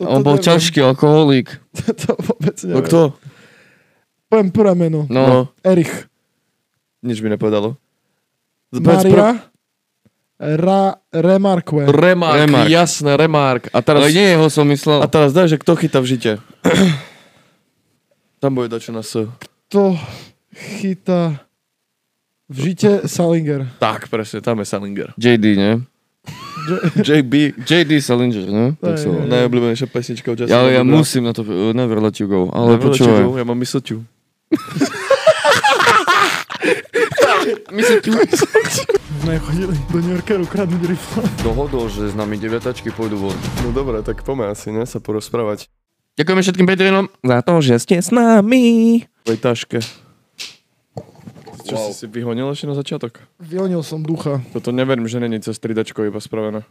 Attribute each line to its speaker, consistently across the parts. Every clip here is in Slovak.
Speaker 1: On bol
Speaker 2: neviem.
Speaker 1: ťažký alkoholík.
Speaker 2: to vôbec neviem.
Speaker 3: No kto?
Speaker 2: Poviem prvé meno.
Speaker 1: No, no.
Speaker 3: No.
Speaker 2: Erich.
Speaker 3: Nič mi nepovedalo. Povedz prv-
Speaker 2: Maria. Ra, Remarque.
Speaker 3: Remark,
Speaker 1: Remark.
Speaker 3: Remark, jasné, Remark. A teraz,
Speaker 1: Ale No nie jeho som myslel.
Speaker 3: a teraz daj, že kto chytá v žite. Tam bude dačo na S.
Speaker 2: to chytá v žite Salinger.
Speaker 3: Tak, presne, tam je Salinger.
Speaker 1: JD, ne?
Speaker 3: JB,
Speaker 1: JD Salinger, ne? Tak sa volá.
Speaker 3: najobľúbenejšia pesnička od Justina
Speaker 1: Ja, ja
Speaker 3: Biebera.
Speaker 1: musím na to, uh, never let you go, ale
Speaker 3: Never let you
Speaker 1: počúvaj.
Speaker 3: go, Ja mám mysleťu.
Speaker 2: Sme chodili do New Yorkeru kradnúť rifle.
Speaker 1: Dohodol, že s nami deviatačky pôjdu von.
Speaker 3: No dobre, tak poďme asi, ne, sa porozprávať.
Speaker 1: Ďakujeme všetkým Patreonom za to, že ste s nami.
Speaker 3: V tej taške. Čo
Speaker 1: Wow.
Speaker 3: si si vyhonil ešte na začiatok?
Speaker 2: Vyhonil som ducha.
Speaker 3: Toto neverím, že není cez 3 iba spravené.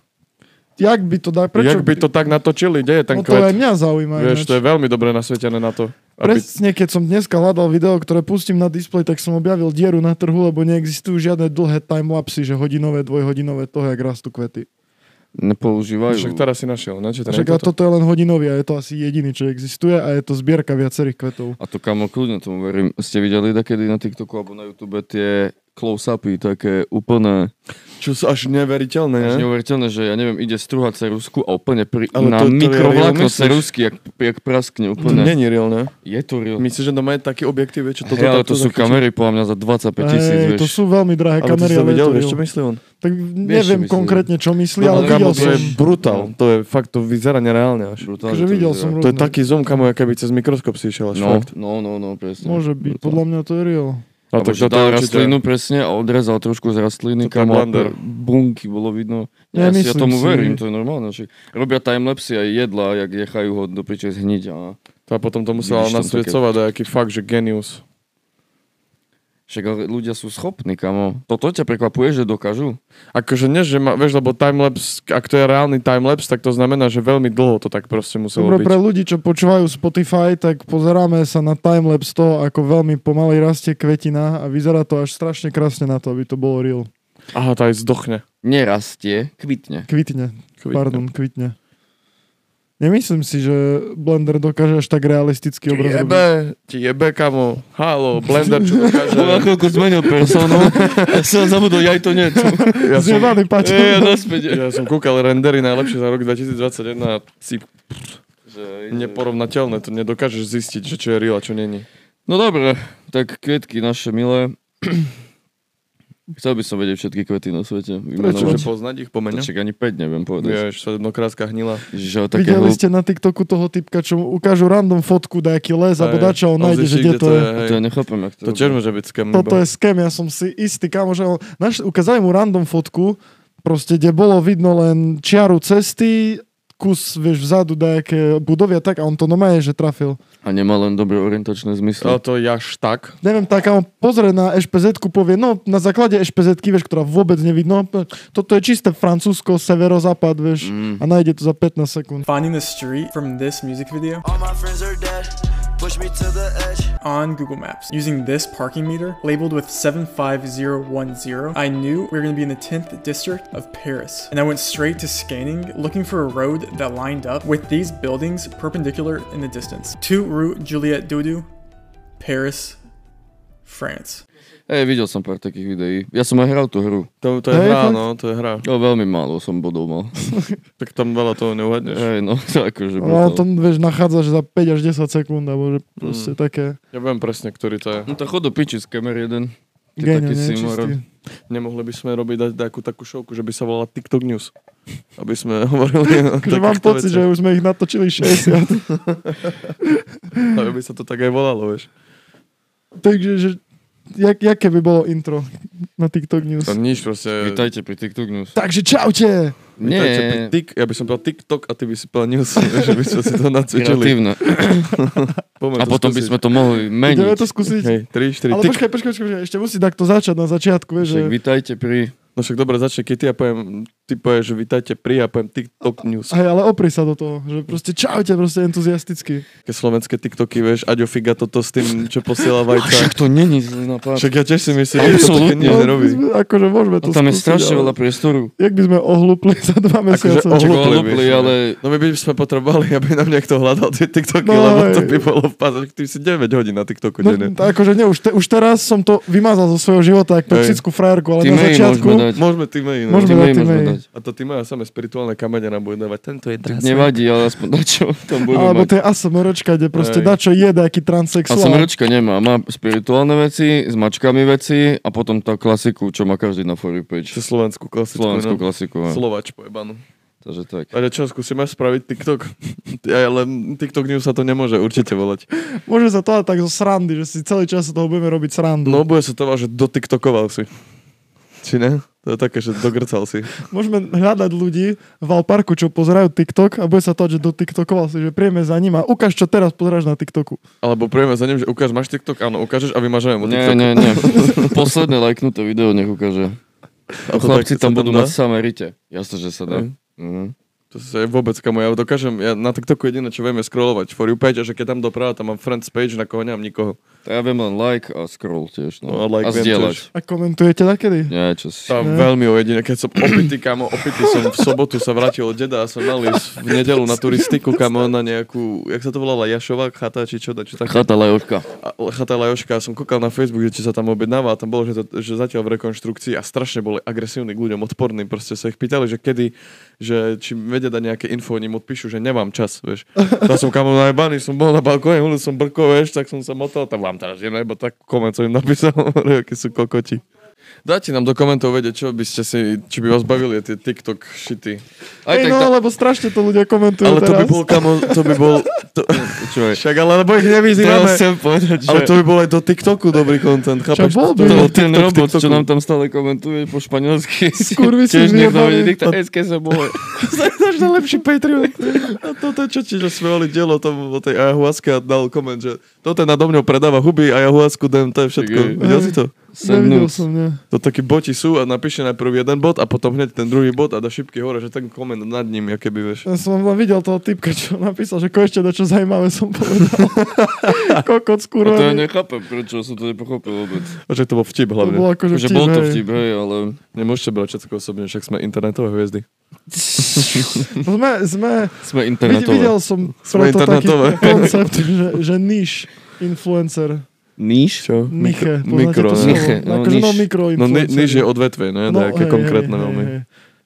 Speaker 2: Jak by No to dá?
Speaker 3: Prečo?
Speaker 2: Prečo?
Speaker 3: Jak by to tak natočili, kde je ten
Speaker 2: no to aj
Speaker 3: kvet?
Speaker 2: mňa zaujíma.
Speaker 3: Vieš,
Speaker 2: ináč.
Speaker 3: to je veľmi dobre nasvietené na to. Aby...
Speaker 2: Presne, keď som dneska hľadal video, ktoré pustím na displej, tak som objavil dieru na trhu, lebo neexistujú žiadne dlhé timelapsy, že hodinové, dvojhodinové, toho, jak rastú kvety.
Speaker 3: Však
Speaker 1: Nepoužívajú.
Speaker 3: teraz si našiel, ne? Či to
Speaker 2: Však
Speaker 3: nie je
Speaker 2: a toto je len hodinový a je to asi jediný, čo existuje a je to zbierka viacerých kvetov.
Speaker 1: A to kamo, kľudne tomu verím. Ste videli takedy na TikToku alebo na YouTube tie close-upy, také úplne
Speaker 3: Čo sú až neveriteľné,
Speaker 1: až
Speaker 3: ne?
Speaker 1: neuveriteľné, že ja neviem, ide strúhať cerusku a úplne pri,
Speaker 3: Ale
Speaker 1: na
Speaker 3: to- to je
Speaker 1: mikrovlákno
Speaker 3: real, myslíš?
Speaker 1: cerusky, jak, jak praskne
Speaker 3: To
Speaker 1: úplne.
Speaker 3: není real, ne?
Speaker 1: Je to real.
Speaker 3: Myslíš, že doma je taký objektív, že toto
Speaker 1: Hej, ale
Speaker 3: takto
Speaker 1: to sú
Speaker 3: zachytí?
Speaker 1: kamery podľa mňa za 25 tisíc,
Speaker 2: Hej,
Speaker 1: vieš.
Speaker 2: to sú veľmi drahé
Speaker 3: Ale ty
Speaker 2: kamery,
Speaker 3: si to
Speaker 2: ale
Speaker 3: videl,
Speaker 2: je to
Speaker 3: vieš, čo
Speaker 2: real.
Speaker 3: myslí on?
Speaker 2: Tak neviem
Speaker 1: myslím.
Speaker 2: konkrétne, čo myslí,
Speaker 1: No,
Speaker 2: ale
Speaker 1: ale
Speaker 2: videl
Speaker 3: kamo, to
Speaker 2: som.
Speaker 3: je brutál. To je fakt, to vyzerá nereálne až.
Speaker 1: Brutálne
Speaker 2: Takže
Speaker 1: to
Speaker 2: akože videl
Speaker 1: vyzerá.
Speaker 2: som
Speaker 3: To je
Speaker 2: rôzne.
Speaker 3: taký zoom, kamo, aké by cez mikroskop si išiel až
Speaker 1: No,
Speaker 3: fakt.
Speaker 1: no, no, no, presne.
Speaker 2: Môže byť,
Speaker 1: Brutál.
Speaker 2: podľa mňa to je real.
Speaker 3: A
Speaker 1: Alebo že dal rastlinu presne a odrezal trošku z rastliny,
Speaker 3: To je
Speaker 1: kamo, a
Speaker 3: blunder.
Speaker 1: pr- bunky bolo vidno. Ja, ja si
Speaker 2: Nemyslím
Speaker 1: ja tomu
Speaker 2: si.
Speaker 1: verím, to je normálne. Že robia timelapsy aj jedla, jak nechajú ho do piče zhniť. A...
Speaker 3: To a potom to musela
Speaker 1: Vidíš tam
Speaker 3: nasvedcovať, aký fakt, že genius.
Speaker 1: Však ale ľudia sú schopní, kamo. Toto ťa prekvapuje, že dokážu?
Speaker 3: Akože nie, že ma, vieš, lebo timelapse, ak to je reálny timelapse, tak to znamená, že veľmi dlho to tak proste muselo
Speaker 2: Dobre, pre
Speaker 3: byť.
Speaker 2: ľudí, čo počúvajú Spotify, tak pozeráme sa na timelapse toho, ako veľmi pomaly rastie kvetina a vyzerá to až strašne krásne na to, aby to bolo real.
Speaker 3: Aha, to aj zdochne.
Speaker 1: Nerastie, kvitne.
Speaker 2: Kvitne,
Speaker 3: Kvitne.
Speaker 2: pardon, kvitne. Nemyslím si, že Blender dokáže až tak realistický
Speaker 3: Ti
Speaker 2: obraz robiť.
Speaker 3: jebe, ti jebe, kamo. Halo, Blender, čo
Speaker 1: On
Speaker 3: dokáže.
Speaker 1: nakoľko zmenil personu, ja som zabudol, ja aj to nie.
Speaker 3: Ja som,
Speaker 2: Zjebaný paťo.
Speaker 1: Ja, ja naspäť.
Speaker 3: ja som kúkal rendery najlepšie za rok 2021 a si neporovnateľné, to nedokážeš zistiť, že čo je real a čo není.
Speaker 1: No dobre, tak kvetky naše milé. Chcel by som vedieť všetky kvety na svete.
Speaker 3: Prečo, že
Speaker 1: vymenovať.
Speaker 3: poznať ich po mene?
Speaker 1: Čak ani 5 neviem povedať.
Speaker 3: Vieš, sedmokrátka hnila.
Speaker 1: Ježiš, ale také
Speaker 2: Videli
Speaker 1: hlúpe.
Speaker 2: ste na TikToku toho typka, čo mu ukážu random fotku, dajaký les, alebo
Speaker 3: Aj,
Speaker 2: dačo, on
Speaker 3: ale
Speaker 2: nájde, že
Speaker 3: zisti,
Speaker 2: kde to je.
Speaker 1: To
Speaker 3: hej.
Speaker 1: ja nechápem, jak to
Speaker 3: To tiež môže byť skam.
Speaker 2: Toto je skem, ja som si istý, kámo, že on, naš, ukázali mu random fotku, proste, kde bolo vidno len čiaru cesty, kus, vieš, vzadu dajaké budovy a tak, a on to normálne, že trafil.
Speaker 1: A nemá len dobré orientačné
Speaker 3: Ale
Speaker 1: zmysly.
Speaker 3: to je až tak.
Speaker 2: Neviem, tak on pozrie na ešpz povie, no na základe ešpz vieš, ktorá vôbec nevidno, toto je čisté Francúzsko, severozápad, vieš,
Speaker 1: Mm.
Speaker 2: a nájde to za 15 sekúnd.
Speaker 4: Finding the street from this music video
Speaker 5: All my friends are dead. Push me to the edge.
Speaker 4: on Google Maps using this parking meter labeled with 75010, I knew we were going to be in the 10th district of Paris. And I went straight to scanning, looking for a road that lined up with these buildings perpendicular in the distance. To Rue Juliette Doudou, Paris, France.
Speaker 1: Hej, videl som pár takých videí. Ja som aj hral tú hru.
Speaker 3: To, to je
Speaker 2: Hej,
Speaker 3: hra,
Speaker 2: fakt?
Speaker 3: no, to je hra.
Speaker 1: No veľmi málo som bodov mal.
Speaker 3: Tak tam veľa toho neuhadneš.
Speaker 1: Hej, no, to
Speaker 2: No,
Speaker 1: akože
Speaker 2: on
Speaker 1: brutál.
Speaker 2: to, Mm. vieš, nachádza, že za 5 až 10 sekúnd, alebo že proste také
Speaker 3: Ja viem presne, ktorý to je.
Speaker 1: No to chod do piči z kamer jeden. Ty
Speaker 2: genio,
Speaker 1: taký
Speaker 2: nie?
Speaker 1: Simorod.
Speaker 2: Čistý.
Speaker 3: Nemohli by sme robiť dať takú takú šovku, že by sa volala TikTok News. Aby sme hovorili o
Speaker 2: Že Akože mám
Speaker 3: takýchto
Speaker 2: pocit, že
Speaker 3: veciach.
Speaker 2: už sme ich natočili 60.
Speaker 3: Aby by sa to tak aj volalo, vieš.
Speaker 2: Takže, že, jak, jaké by bolo intro na TikTok News?
Speaker 3: To nič proste...
Speaker 1: Vítajte pri TikTok News.
Speaker 2: Takže čaute!
Speaker 3: Vítajte pri
Speaker 1: Nie,
Speaker 3: tik, ja by som povedal TikTok a ty by si povedal News, vieš, že by sme si to nacvičili.
Speaker 1: kreatívne. A potom by sme to mohli
Speaker 2: Ideme
Speaker 1: meniť.
Speaker 2: to skúsiť.
Speaker 3: Hej, 3, 4,
Speaker 2: Ale
Speaker 3: tik.
Speaker 2: počkaj, počkaj, počkaj, počkaj, ešte musí takto začať na začiatku, vieš, že
Speaker 1: Však vítajte pri...
Speaker 3: No však dobre, začne Kitty a poviem, ty povieš, že vítajte pri a poviem TikTok News.
Speaker 2: Hej, ale opri sa do toho, že proste čaute, proste entuziasticky.
Speaker 3: Také slovenské TikToky, vieš, Aďo Figa toto s tým, čo posiela vajca.
Speaker 1: Však to není zlý nápad.
Speaker 3: Však ja tiež si myslím, že to také
Speaker 1: Absolútne.
Speaker 3: nič
Speaker 2: Ale
Speaker 3: nerobí.
Speaker 2: my sme- Akože môžeme
Speaker 1: A
Speaker 2: to
Speaker 1: tam je
Speaker 2: skúsiť,
Speaker 1: strašne
Speaker 2: ale
Speaker 1: veľa priestoru.
Speaker 2: Jak by sme ohlúpli za dva mesiace.
Speaker 3: Akože ohlúpli,
Speaker 1: Čak
Speaker 3: Ohlúpli,
Speaker 1: ohlúpli,
Speaker 3: vieš,
Speaker 1: ale...
Speaker 3: No my by sme potrebovali, aby nám niekto hľadal tie TikToky,
Speaker 2: No,
Speaker 3: lebo to
Speaker 2: hej.
Speaker 3: by bolo v páze. Ty si 9 hodín na TikToku
Speaker 2: No,
Speaker 3: denne.
Speaker 2: t- akože ne, už, te, už teraz som to vymazal zo svojho života, ako
Speaker 3: Hej.
Speaker 2: toxickú frajerku, ale
Speaker 1: Ty
Speaker 2: na
Speaker 1: mail
Speaker 2: začiatku...
Speaker 1: môžeme dať.
Speaker 3: Môžeme tým aj iné.
Speaker 2: Môžeme
Speaker 1: Ty mail
Speaker 2: dať, ty
Speaker 1: môžeme
Speaker 2: mail.
Speaker 1: dať.
Speaker 3: A to tým aj samé spirituálne kamene nám bude dávať. Tento je dres.
Speaker 1: Nevadí, ale aspoň na čo tam budeme
Speaker 2: Alebo
Speaker 1: mať.
Speaker 2: tie ASMRčka, kde proste
Speaker 3: Hej.
Speaker 2: dačo je nejaký
Speaker 1: A
Speaker 2: transexuál.
Speaker 1: smrčka nemá, má spirituálne veci, s mačkami veci a potom tá klasiku, čo má každý na for you page.
Speaker 3: Čo slovenskú klasickú.
Speaker 1: Slovenskú
Speaker 3: no.
Speaker 1: klasiku, áno.
Speaker 3: Slovač pojebanú.
Speaker 1: takže tak.
Speaker 3: Ale čo, skúsime spraviť TikTok? Ja, ale TikTok news sa to nemôže určite volať.
Speaker 2: Môže sa to ale tak zo srandy, že si celý čas z toho budeme robiť srandu.
Speaker 3: No bude sa to volať, že dotiktokoval si. Či ne? To je také, že dogrcal si.
Speaker 2: Môžeme hľadať ľudí v Alparku, čo pozerajú TikTok a bude sa to, že do TikTokoval si, že príjeme za ním a ukáž, čo teraz pozeráš na TikToku.
Speaker 3: Alebo prejme za ním, že ukáž, máš TikTok? Áno, ukážeš a vymažeme mu
Speaker 1: Nie,
Speaker 3: TikTok.
Speaker 1: nie, nie. Posledné lajknuté video nech ukáže.
Speaker 3: A
Speaker 1: A
Speaker 3: to
Speaker 1: chlapci
Speaker 3: tak sa
Speaker 1: tam budú
Speaker 3: dá?
Speaker 1: mať samé rite. Jasne, že sa dá.
Speaker 3: Hej.
Speaker 1: Mhm.
Speaker 3: To sa je vôbec, kamo, ja dokážem, ja na TikToku jediné, čo viem, je scrollovať for you page a že keď tam doprava, tam mám friends page, na koho nemám nikoho.
Speaker 1: To ja viem len like a scroll tiež. No.
Speaker 3: No, a like
Speaker 1: a
Speaker 3: viem
Speaker 1: zdieľať.
Speaker 2: A komentujete takedy?
Speaker 1: Nie, čo si...
Speaker 3: Tam
Speaker 2: Ne.
Speaker 3: veľmi ojedine, keď som opitý, kamo, opitý som v sobotu sa vrátil od deda a som mal ísť v nedelu na turistiku, kamo, na nejakú, jak sa to volala, Jašová chata, či čo, či tak,
Speaker 1: Chata lajovka.
Speaker 3: a- chata Lajoška, a som kúkal na Facebook, že či sa tam objednáva a tam bolo, že, to, že zatiaľ v rekonštrukcii a strašne boli agresívni k ľuďom, odporní, proste sa ich pýtali, že kedy, že či vedia dať nejaké info, oni im odpíšu, že nemám čas, vieš. Tam som kamo najebaný, som bol na balkóne, hulil som brko, vieš, tak som sa motal, tam vám teraz je nebo tak koment som im napísal, hovorím, akí sú kokoti. Dáte nám do komentov vedieť, čo by ste si, či by vás bavili tie TikTok shity.
Speaker 1: Aj
Speaker 2: Ej,
Speaker 1: tak
Speaker 2: no,
Speaker 1: tá...
Speaker 2: lebo strašne to ľudia komentujú
Speaker 3: Ale to
Speaker 2: teraz.
Speaker 3: by bol, kamo, to by bol... To,
Speaker 1: Čo je?
Speaker 3: však, ale lebo ich nevyzývame.
Speaker 1: Teraz chcem povedať, že...
Speaker 3: Ale to by bol aj do TikToku dobrý content, chápeš?
Speaker 2: bol by?
Speaker 1: To
Speaker 3: bol
Speaker 1: bol ten
Speaker 3: TikTok,
Speaker 1: robot,
Speaker 3: TikToku.
Speaker 1: čo nám tam stále komentuje po španielsky.
Speaker 2: Skurvy si
Speaker 1: Tiež niekto
Speaker 2: vyjebaný.
Speaker 1: hodí dikta,
Speaker 2: To-
Speaker 1: eske sa bolo.
Speaker 3: Náš najlepší Patreon. A toto, čo ti, že sme boli dielo tam o tej ayahuasca a dal koment, že toto nado mňou predáva huby, ayahuasku, DMT, všetko.
Speaker 1: Tak je.
Speaker 3: Videl si to?
Speaker 2: Nevidel
Speaker 1: Sednúc.
Speaker 2: som, ne.
Speaker 3: To takí boti sú a napíše najprv jeden bod a potom hneď ten druhý bod a dá šipky hore, že ten koment nad ním, aké by vieš.
Speaker 2: Ja som len videl toho typka, čo napísal, že konečne dačo zaujímavé som povedal. Kokot
Speaker 1: A to ja
Speaker 2: skurvený.
Speaker 1: nechápem, prečo som to nepochopil vôbec.
Speaker 3: A že to bol
Speaker 2: To
Speaker 3: vtip
Speaker 2: bolo
Speaker 3: hlavne.
Speaker 2: akože
Speaker 1: Že
Speaker 2: vtip,
Speaker 1: bol to
Speaker 2: hej.
Speaker 1: vtip, hej, ale...
Speaker 3: Nemôžete brať všetko osobne, však sme internetové hviezdy.
Speaker 2: Sme, sme,
Speaker 1: Sme
Speaker 2: vid- videl
Speaker 1: internetové.
Speaker 2: som
Speaker 3: Sme
Speaker 2: preto taký
Speaker 3: internetové.
Speaker 2: koncept, že, že niš influencer.
Speaker 1: Níž? Čo?
Speaker 2: Niche,
Speaker 3: Mikro- mikro,
Speaker 2: poznáte to slovo?
Speaker 3: ne?
Speaker 1: Niche, no,
Speaker 2: akože, no,
Speaker 1: niš.
Speaker 2: mikro
Speaker 3: No ni- niž je odvetvie, ne?
Speaker 2: No,
Speaker 3: Nejaké konkrétne veľmi.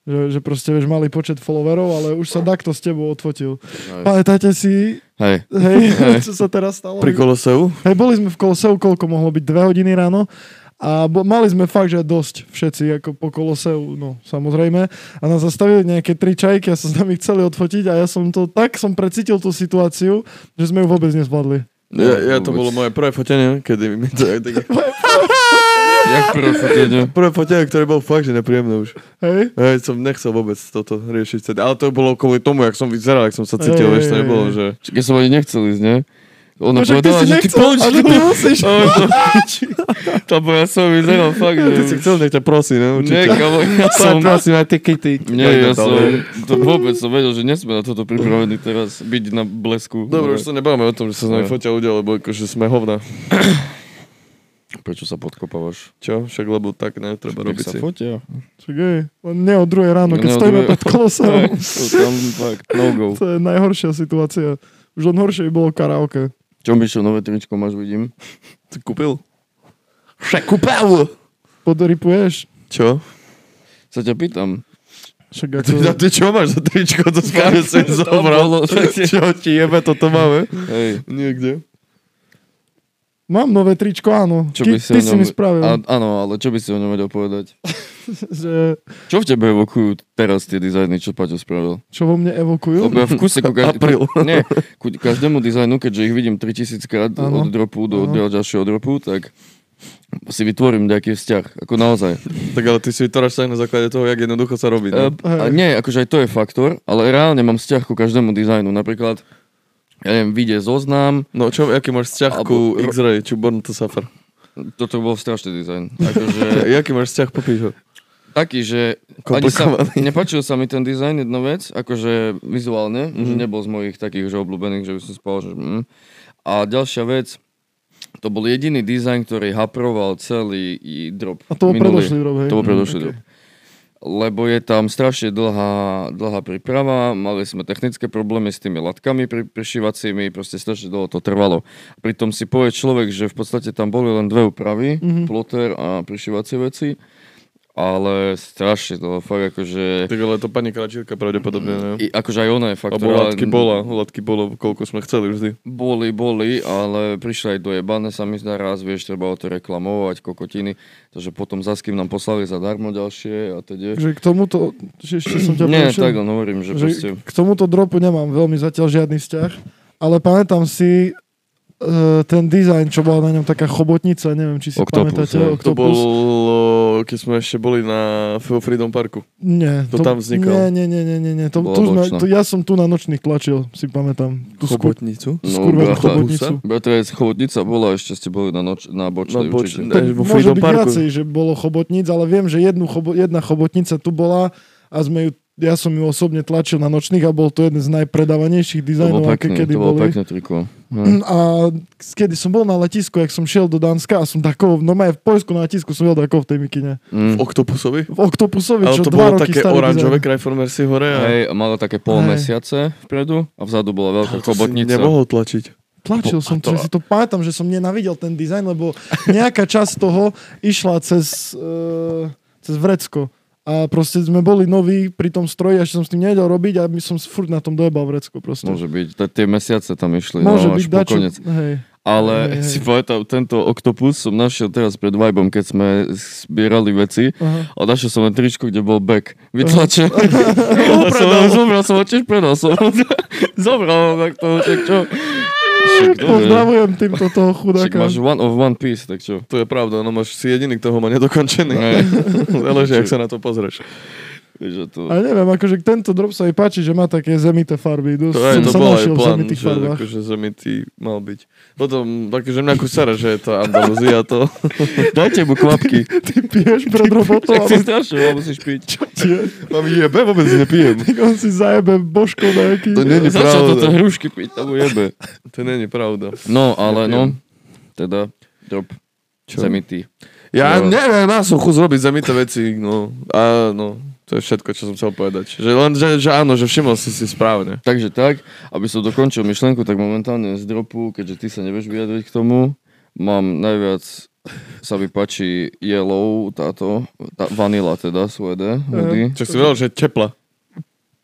Speaker 2: Že, že proste, vieš, malý počet followerov, ale už sa takto s tebou odfotil. Pamätáte si,
Speaker 1: Hej.
Speaker 2: hej, čo sa teraz stalo?
Speaker 3: Pri Koloseu?
Speaker 2: Hej, boli sme v Koloseu, koľko mohlo byť? Dve hodiny ráno. A bo, mali sme fakt, že dosť všetci, ako po Koloseu, no samozrejme. A nás zastavili nejaké tri čajky a sa s nami chceli odfotiť a ja som to, tak som precítil tú situáciu, že sme ju vôbec nezvládli.
Speaker 3: Ja, ja, to
Speaker 1: Vôbec.
Speaker 3: bolo moje prvé fotenie, kedy mi to aj také...
Speaker 1: Jak prvé fotenie?
Speaker 3: Prvé fotenie, ktoré bolo fakt, že nepríjemné už.
Speaker 2: Hej?
Speaker 3: Hej, som nechcel vôbec toto riešiť. vtedy. Ale to bolo kvôli tomu, jak som vyzeral, jak som sa
Speaker 2: Ej,
Speaker 3: cítil, vieš, to
Speaker 2: ej,
Speaker 3: nebolo,
Speaker 2: ej.
Speaker 3: že...
Speaker 1: Čak, ja som ani nechcel ísť, ne?
Speaker 2: No
Speaker 1: Ona
Speaker 2: však si
Speaker 1: povedala, že ty
Speaker 2: nechcel,
Speaker 1: poď.
Speaker 2: ale ty musíš.
Speaker 1: Ale to piči. Lebo ja som vyzeral fakt,
Speaker 3: Ty si
Speaker 1: že...
Speaker 3: chcel, nech ťa prosí, ne?
Speaker 1: Nie,
Speaker 3: Určite.
Speaker 1: kamo, ja som...
Speaker 3: prosím, aj ty, ty.
Speaker 1: Nie, ja som... To vôbec som vedel, že nesme na toto pripravení teraz byť na blesku.
Speaker 3: Dobre, No. už sa nebavíme o tom, že sa s nami
Speaker 1: Ne.
Speaker 3: fotia ľudia, lebo akože sme hovna.
Speaker 1: Prečo sa podkopávaš?
Speaker 3: Čo? Však lebo tak netreba
Speaker 1: Nech
Speaker 3: robiť
Speaker 1: sa
Speaker 3: si.
Speaker 1: fotia.
Speaker 2: Čak, hej, len nie o druhej ráno, keď
Speaker 1: Ne o
Speaker 2: stojíme
Speaker 1: druhej.
Speaker 2: pred
Speaker 1: Hej,
Speaker 2: Koloseum.
Speaker 1: to No, tam fakt no go.
Speaker 2: To je najhoršia situácia. Už len horšie by bolo karaoke.
Speaker 1: Čo Mišo, nové tričko máš, vidím.
Speaker 3: Ty kúpil? Však kúpil!
Speaker 2: Podripuješ?
Speaker 3: Čo?
Speaker 1: Sa ťa pýtam.
Speaker 2: Však ako...
Speaker 3: Ty, ty čo máš za tričko? To skáže si zobral.
Speaker 1: bolo, že-
Speaker 3: Čo ti jebe, toto máme?
Speaker 1: Hej.
Speaker 3: Niekde.
Speaker 2: Mám nové tričko, áno.
Speaker 1: Čo
Speaker 2: Ty-
Speaker 1: by si
Speaker 2: Ty
Speaker 1: o
Speaker 2: si
Speaker 1: ňom-
Speaker 2: mi spravil.
Speaker 1: A, áno, ale čo by si o ňom vedel povedať?
Speaker 2: Že,
Speaker 1: Čo v tebe evokujú teraz tie dizajny, čo Paťo spravil?
Speaker 2: čo vo mne evokujú?
Speaker 1: Lebo ja v kuse ku, každý,
Speaker 3: Apríl.
Speaker 1: nie, ku každému dizajnu, keďže ich vidím 3000 krát
Speaker 2: Áno.
Speaker 1: od dropu do
Speaker 2: Áno.
Speaker 1: ďalšieho dropu, tak si vytvorím nejaký vzťah, ako naozaj.
Speaker 3: Tak ale ty si vytváraš sa aj na základe toho, jak jednoducho sa robí.
Speaker 1: E,
Speaker 3: Ne?
Speaker 1: a nie, akože aj to je faktor, ale reálne mám vzťah ku každému dizajnu. Napríklad, ja neviem, vyjde zoznam,
Speaker 3: No čo, aký máš vzťah ku
Speaker 1: Alebo-
Speaker 3: X-Ray, či Born to Suffer?
Speaker 1: toto bol strašný dizajn. Akože,
Speaker 3: Jaký máš vzťah, popíš ho.
Speaker 1: taký, že ani sa, nepačil sa mi ten dizajn, jedna vec, akože vizuálne, mm-hmm. že
Speaker 2: Mhm.
Speaker 1: nebol z mojich takých, že obľúbených, že by som spal, že mm. A ďalšia vec, to bol jediný dizajn, ktorý haproval celý i drop.
Speaker 2: A to bol
Speaker 1: minulý.
Speaker 2: predošlý drop, hej?
Speaker 1: To bol
Speaker 3: Mhm,
Speaker 2: Mm,
Speaker 1: predošlý
Speaker 2: okej.
Speaker 1: drop. Lebo je tam strašne dlhá, dlhá príprava, mali sme technické problémy s tými latkami pri, prišívacími, proste strašne dlho to trvalo. Pritom si povie človek, že v podstate tam boli len dve úpravy,
Speaker 3: Mhm.
Speaker 1: mm-hmm. ploter a prišívacie veci, ale strašne to fakt akože...
Speaker 3: Tak ale to pani Kračírka pravdepodobne, ne?
Speaker 1: I, akože aj ona je fakt,
Speaker 3: Alebo
Speaker 1: ktorá-
Speaker 3: látky bola, látky bolo, koľko sme chceli vždy.
Speaker 1: Boli, boli, ale prišli aj dojebané sa mi zdá raz, vieš, treba o to reklamovať, kokotiny, takže potom za kým nám poslali zadarmo ďalšie a teda.
Speaker 2: Že k tomuto, že ešte som ťa
Speaker 1: Nie,
Speaker 2: prerušil.
Speaker 1: tak len hovorím, že, že proste... no,
Speaker 2: že k tomuto dropu nemám veľmi zatiaľ žiadny vzťah, ale pamätám si e, ten dizajn, čo bola na ňom taká chobotnica, neviem, či si
Speaker 1: Oktopus,
Speaker 2: pamätáte.
Speaker 1: hej.
Speaker 3: To
Speaker 2: Oktopus.
Speaker 3: bolo, eh, keď sme ešte boli na Feo Freedom Parku.
Speaker 2: Nie,
Speaker 3: to tam vznikalo.
Speaker 2: Nie, nie, nie, nie, nie, nie. To,
Speaker 1: Bola
Speaker 2: tu sme,
Speaker 1: nočná.
Speaker 2: tu, ja som tu na nočných tlačil, si pamätám. Tu skôr,
Speaker 3: Chobotnicu?
Speaker 2: skurvenú
Speaker 1: brata,
Speaker 2: chobotnicu.
Speaker 1: Bratra, chobotnica bola, ešte ste boli na, noč, na bočnej
Speaker 3: Na
Speaker 1: na
Speaker 3: bočnej.
Speaker 1: určite.
Speaker 2: tak
Speaker 3: Eh, vo
Speaker 2: môže
Speaker 3: Freedom
Speaker 2: byť
Speaker 3: Parku.
Speaker 2: viacej, že bolo chobotníc, ale viem, že jednu chobo, jedna chobotnica tu bola a sme ju, ja som ju osobne tlačil na nočných a bol to jeden z najpredávanejších
Speaker 1: To bolo
Speaker 2: dizajnov, aké
Speaker 1: pekné,
Speaker 2: kedy
Speaker 1: to bolo
Speaker 2: boli. Hm.
Speaker 1: pekné triko.
Speaker 2: A kedy som bol na letisku, jak som šiel do Dánska a som takou, no aj v Poľsku na letisku som bol takou v tej mikine.
Speaker 1: hm.
Speaker 3: V Octopusovi?
Speaker 2: V Octopusovi,
Speaker 3: Ale
Speaker 2: čo
Speaker 3: to
Speaker 2: dva
Speaker 3: bolo
Speaker 2: roky
Speaker 3: také
Speaker 2: starý
Speaker 3: oranžové
Speaker 2: dizajn.
Speaker 3: Cryformersi hore a
Speaker 1: Hej, mala také pol
Speaker 2: Hej.
Speaker 1: mesiace vpredu a vzadu bola veľká
Speaker 3: Ale to si
Speaker 1: chobotnica.
Speaker 3: nemohol tlačiť.
Speaker 2: Tlačil som to, že si to pamätám, že som nenavidel ten dizajn, lebo nejaká časť toho išla cez, e, cez vrecko. A proste sme boli noví pri tom stroji, až som s tým nevedel robiť a my som furt na tom dojebal vrecko proste.
Speaker 1: Môže byť, T- tie mesiace tam išli,
Speaker 2: Môže
Speaker 1: no,
Speaker 2: byť
Speaker 1: až po
Speaker 2: dačo,
Speaker 1: konec.
Speaker 2: hej. Hej, hej.
Speaker 1: Ale si pamätám, tento oktopus som našiel teraz pred Vibom, keď sme zbierali veci
Speaker 2: Aha.
Speaker 1: a našiel som len tričko, kde bol back. Vytlačený. Ja som ho zobral, som ho tiež predal. Som ho zobral, tak to, tak čo? Však, dobre.
Speaker 2: Pozdravujem týmto toho
Speaker 1: Však
Speaker 2: chudáka.
Speaker 1: máš one of one piece, tak čo?
Speaker 3: To je pravda, no máš si jediný, kto ho má nedokončený.
Speaker 1: Hej,
Speaker 3: Ale že ak sa na to pozrieš.
Speaker 1: že to...
Speaker 2: Ale neviem, akože tento drop sa mi páči, že má také zemité farby. To,
Speaker 3: To, aj,
Speaker 2: som
Speaker 3: to
Speaker 2: sa
Speaker 3: bol aj
Speaker 2: našiel v
Speaker 3: plán,
Speaker 2: zemitých
Speaker 3: že,
Speaker 2: farbách.
Speaker 3: akože zemitý mal byť. Potom takže mňa kusara, že je to Andalúzia to.
Speaker 1: Dajte mu kvapky.
Speaker 2: Ty piješ pred robotom a
Speaker 1: Tak si strašil, ale musíš piť.
Speaker 2: čo ti je?
Speaker 3: Mám jebe, vôbec nepijem.
Speaker 2: Tak on si zajebe božko nejaký.
Speaker 3: To nie je
Speaker 1: Začal toto
Speaker 3: pravda.
Speaker 1: hrušky piť, to mu jebe.
Speaker 3: To nie je pravda.
Speaker 1: No, ale no, teda, drop.
Speaker 3: Čo?
Speaker 1: Zemitý.
Speaker 3: Ja
Speaker 1: Jo.
Speaker 3: neviem, ja som chuť robiť zemité veci, no. A no, to je všetko, čo som chcel povedať. Že len, že, že áno, že všimol si si správne.
Speaker 1: Takže tak, aby som dokončil myšlenku, tak momentálne z dropu, keďže ty sa nevieš vyjadriť k tomu, mám najviac sa mi páči yellow, táto, tá, vanila teda, svojde, hudy.
Speaker 3: Mhm. Čo si vedel, že tepla.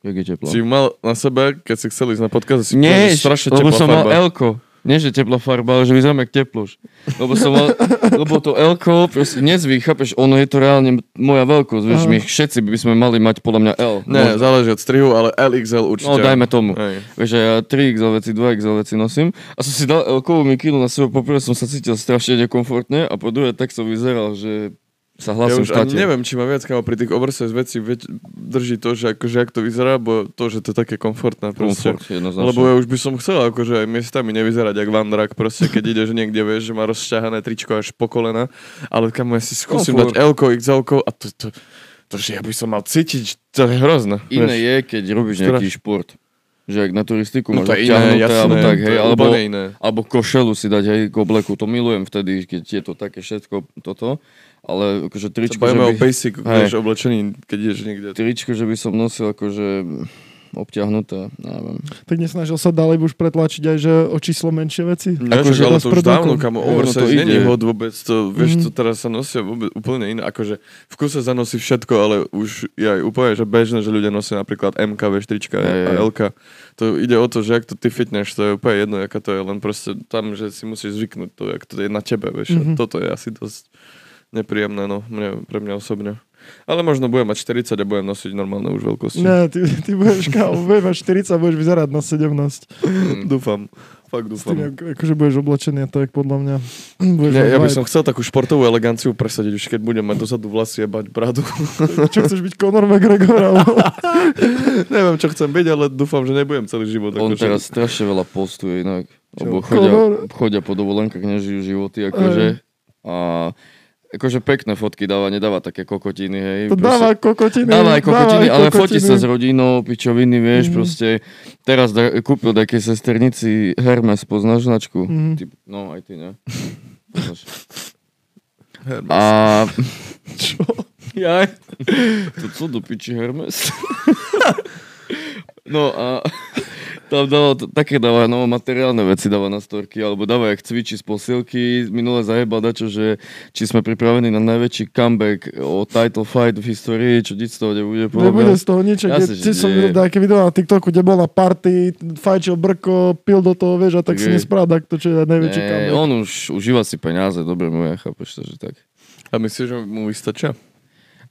Speaker 1: Jak je teplo?
Speaker 3: Si ju mal na sebe, keď si chcel ísť na podcast, si povedal,
Speaker 1: Nie,
Speaker 3: že strašne
Speaker 1: lebo
Speaker 3: teplá
Speaker 1: som mal
Speaker 3: farba.
Speaker 1: elko. Nie, že teplá farba, ale že vyzerám jak teploš. Lebo som mal, lebo to elko proste nezvyk, chápeš, ono je to reálne moja veľkosť, vieš, my všetci by sme mali mať podľa mňa L.
Speaker 3: Mhm. Ne, záleží od strihu, ale LXL určite.
Speaker 1: No, no dajme tomu.
Speaker 3: Hej.
Speaker 1: Vieš, že ja 3 XL veci, 2 XL veci nosím a som si dal elkovú mikinu na seba, poprvé som sa cítil strašne nekomfortne a po druhé tak som vyzeral, že sa
Speaker 3: Ja
Speaker 1: hlasím
Speaker 3: už
Speaker 1: v
Speaker 3: ani
Speaker 1: tate.
Speaker 3: neviem, či ma viac kámo pri tých oversize veci väč- drží to, že akože jak to vyzerá, bo to, že to je také komfortné proste.
Speaker 1: Komfort, jednoznačne.
Speaker 3: Lebo ja už by som chcel akože aj miestami nevyzerať jak vandrak, proste keď ideš niekde, vieš, že má rozšťahané tričko až po kolena, ale kamo ja si skúsim
Speaker 1: Komfort.
Speaker 3: dať L-ko, XL-ko a to, to, to, že ja by som mal cítiť, to je hrozné.
Speaker 1: Iné
Speaker 3: vieš.
Speaker 1: je, keď robíš nejaký šport. Že ak na turistiku
Speaker 3: No
Speaker 1: máš
Speaker 3: to je iné,
Speaker 1: obťahnuté, alebo
Speaker 3: jasné,
Speaker 1: tak,
Speaker 3: to
Speaker 1: hej,
Speaker 3: je
Speaker 1: alebo,
Speaker 3: úplne iné.
Speaker 1: alebo košelu si dať, hej, k obleku, to milujem vtedy, keď je to také všetko toto, ale akože
Speaker 3: Sa
Speaker 1: tričko, že
Speaker 3: bavíme o
Speaker 1: by,
Speaker 3: basic,
Speaker 1: Hej.
Speaker 3: vieš, oblečení, keď ideš niekde.
Speaker 1: tričko, že by som nosil akože obťahnuté, neviem.
Speaker 2: Tak nesnažil sa ďalej už pretlačiť aj, že o číslo menšie veci?
Speaker 3: Ne,
Speaker 1: Akože
Speaker 3: akože, ale
Speaker 2: to
Speaker 3: to
Speaker 2: s
Speaker 3: už dávno,
Speaker 2: prdlkom.
Speaker 3: kamo,
Speaker 1: Jo, no
Speaker 3: oversize
Speaker 1: to
Speaker 3: no není
Speaker 1: ide. Mhm.
Speaker 3: hod vôbec, to, vieš, to teraz sa nosia vôbec úplne iné, akože v kuse sa nosí všetko, ale už je aj úplne, že bežné, že ľudia nosia napríklad MK, vieš, trička
Speaker 1: Hej,
Speaker 3: a
Speaker 1: hej.
Speaker 3: LK, to ide o to, že ak to ty fitneš, to je úplne jedno, aká to je, len proste tam, že si musíš zvyknúť to, jak to je na tebe,
Speaker 1: Mhm.
Speaker 3: vieš, mm-hmm. toto je asi dosť nepríjemné, no, mne, pre mňa osobne. Ale možno budem mať 40 a budem nosiť normálne už veľkosti.
Speaker 2: Ne, ty, ty budeš, kámo, budeš mať 40 a budeš vyzerať na 17.
Speaker 3: Hm, Dúfam, fakt
Speaker 2: S tým,
Speaker 3: dúfam.
Speaker 2: ako, akože budeš oblečený a tak podľa mňa. Budeš mať
Speaker 3: Nie, ja by
Speaker 2: vibe.
Speaker 3: som chcel takú športovú eleganciu presadiť, už keď budem mať dozadu vlasy a bať bradu.
Speaker 2: Čo chceš byť Conor McGregor? alebo-
Speaker 3: Neviem, čo chcem byť, ale dúfam, že nebudem celý život.
Speaker 1: On
Speaker 3: akože-
Speaker 1: teraz strašne veľa postuje inak.
Speaker 2: Kolor?
Speaker 1: Lebo chodia, chodia po dovolenkách, nežijú životy, akože. A akože pekné fotky dáva, nedáva také kokotiny, hej.
Speaker 2: To dáva kokotiny.
Speaker 1: Dáva aj kokotiny, ale fotí
Speaker 2: kokotiny. Mhm.
Speaker 1: sa s rodinou, pičoviny, vieš, mm. proste. Teraz da, kúpil také sesternici Hermes, poznáš značku?
Speaker 2: Mhm.
Speaker 1: Ty, no, aj ty, ne? Poznáš.
Speaker 3: Hermes.
Speaker 1: A
Speaker 2: Čo?
Speaker 1: ja, to co do piči Hermes? No a tam dáva, to- také dáva, no materiálne veci dáva na storky, alebo dáva, jak cvičí z posilky, minule zajebal dačo, že či sme pripravení na najväčší comeback o title fight v histórii, čo nič z toho nebude, podľa
Speaker 2: Nebude
Speaker 1: mňa.
Speaker 2: z toho nič. Ja
Speaker 1: Jasne, že
Speaker 2: si, som
Speaker 1: no. nie.
Speaker 2: videl také video na TikToku, kde bol na party, fajčil brko, pil do toho, vieš, a tak si
Speaker 1: Jej.
Speaker 2: nespravda, kto čo je najväčší
Speaker 1: Ej,
Speaker 2: kamer.
Speaker 1: on už užíva si peniaze, dobre mu je, chápeš to, že tak.
Speaker 3: A myslíš, že mu vystačia?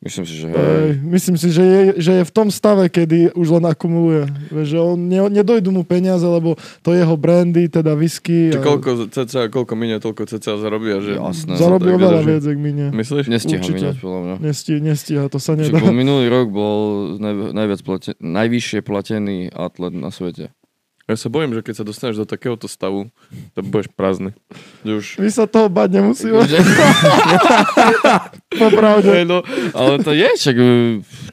Speaker 1: Myslím si, že hej.
Speaker 2: Ej, myslím si, že je, že je v tom stave, kedy už len akumuluje. Vieš, že on, ne, nedojdú mu peniaze, lebo to jeho brandy, teda whisky. a-
Speaker 3: Či koľko cca, koľko minie, toľko cca zarobia, že...
Speaker 1: Jasné.
Speaker 2: Zarobí
Speaker 3: tak
Speaker 2: oveľa
Speaker 3: vydrží.
Speaker 2: viac, ak minie.
Speaker 3: Myslíš?
Speaker 1: Nestíha
Speaker 2: určite.
Speaker 1: minúť, podľa mňa.
Speaker 2: Nestí, nestíha, to sa
Speaker 1: Že
Speaker 2: nedá.
Speaker 1: bol minulý rok bol naj, najviac plate, najvyššie platený atlet na svete.
Speaker 3: Ja sa bojím, že keď sa dostaneš do takéhoto stavu, to budeš prázdny. Že už...
Speaker 2: My sa toho bať nemusíme,
Speaker 1: Že,
Speaker 2: popravde.
Speaker 1: hej, no, ale to je, však, e,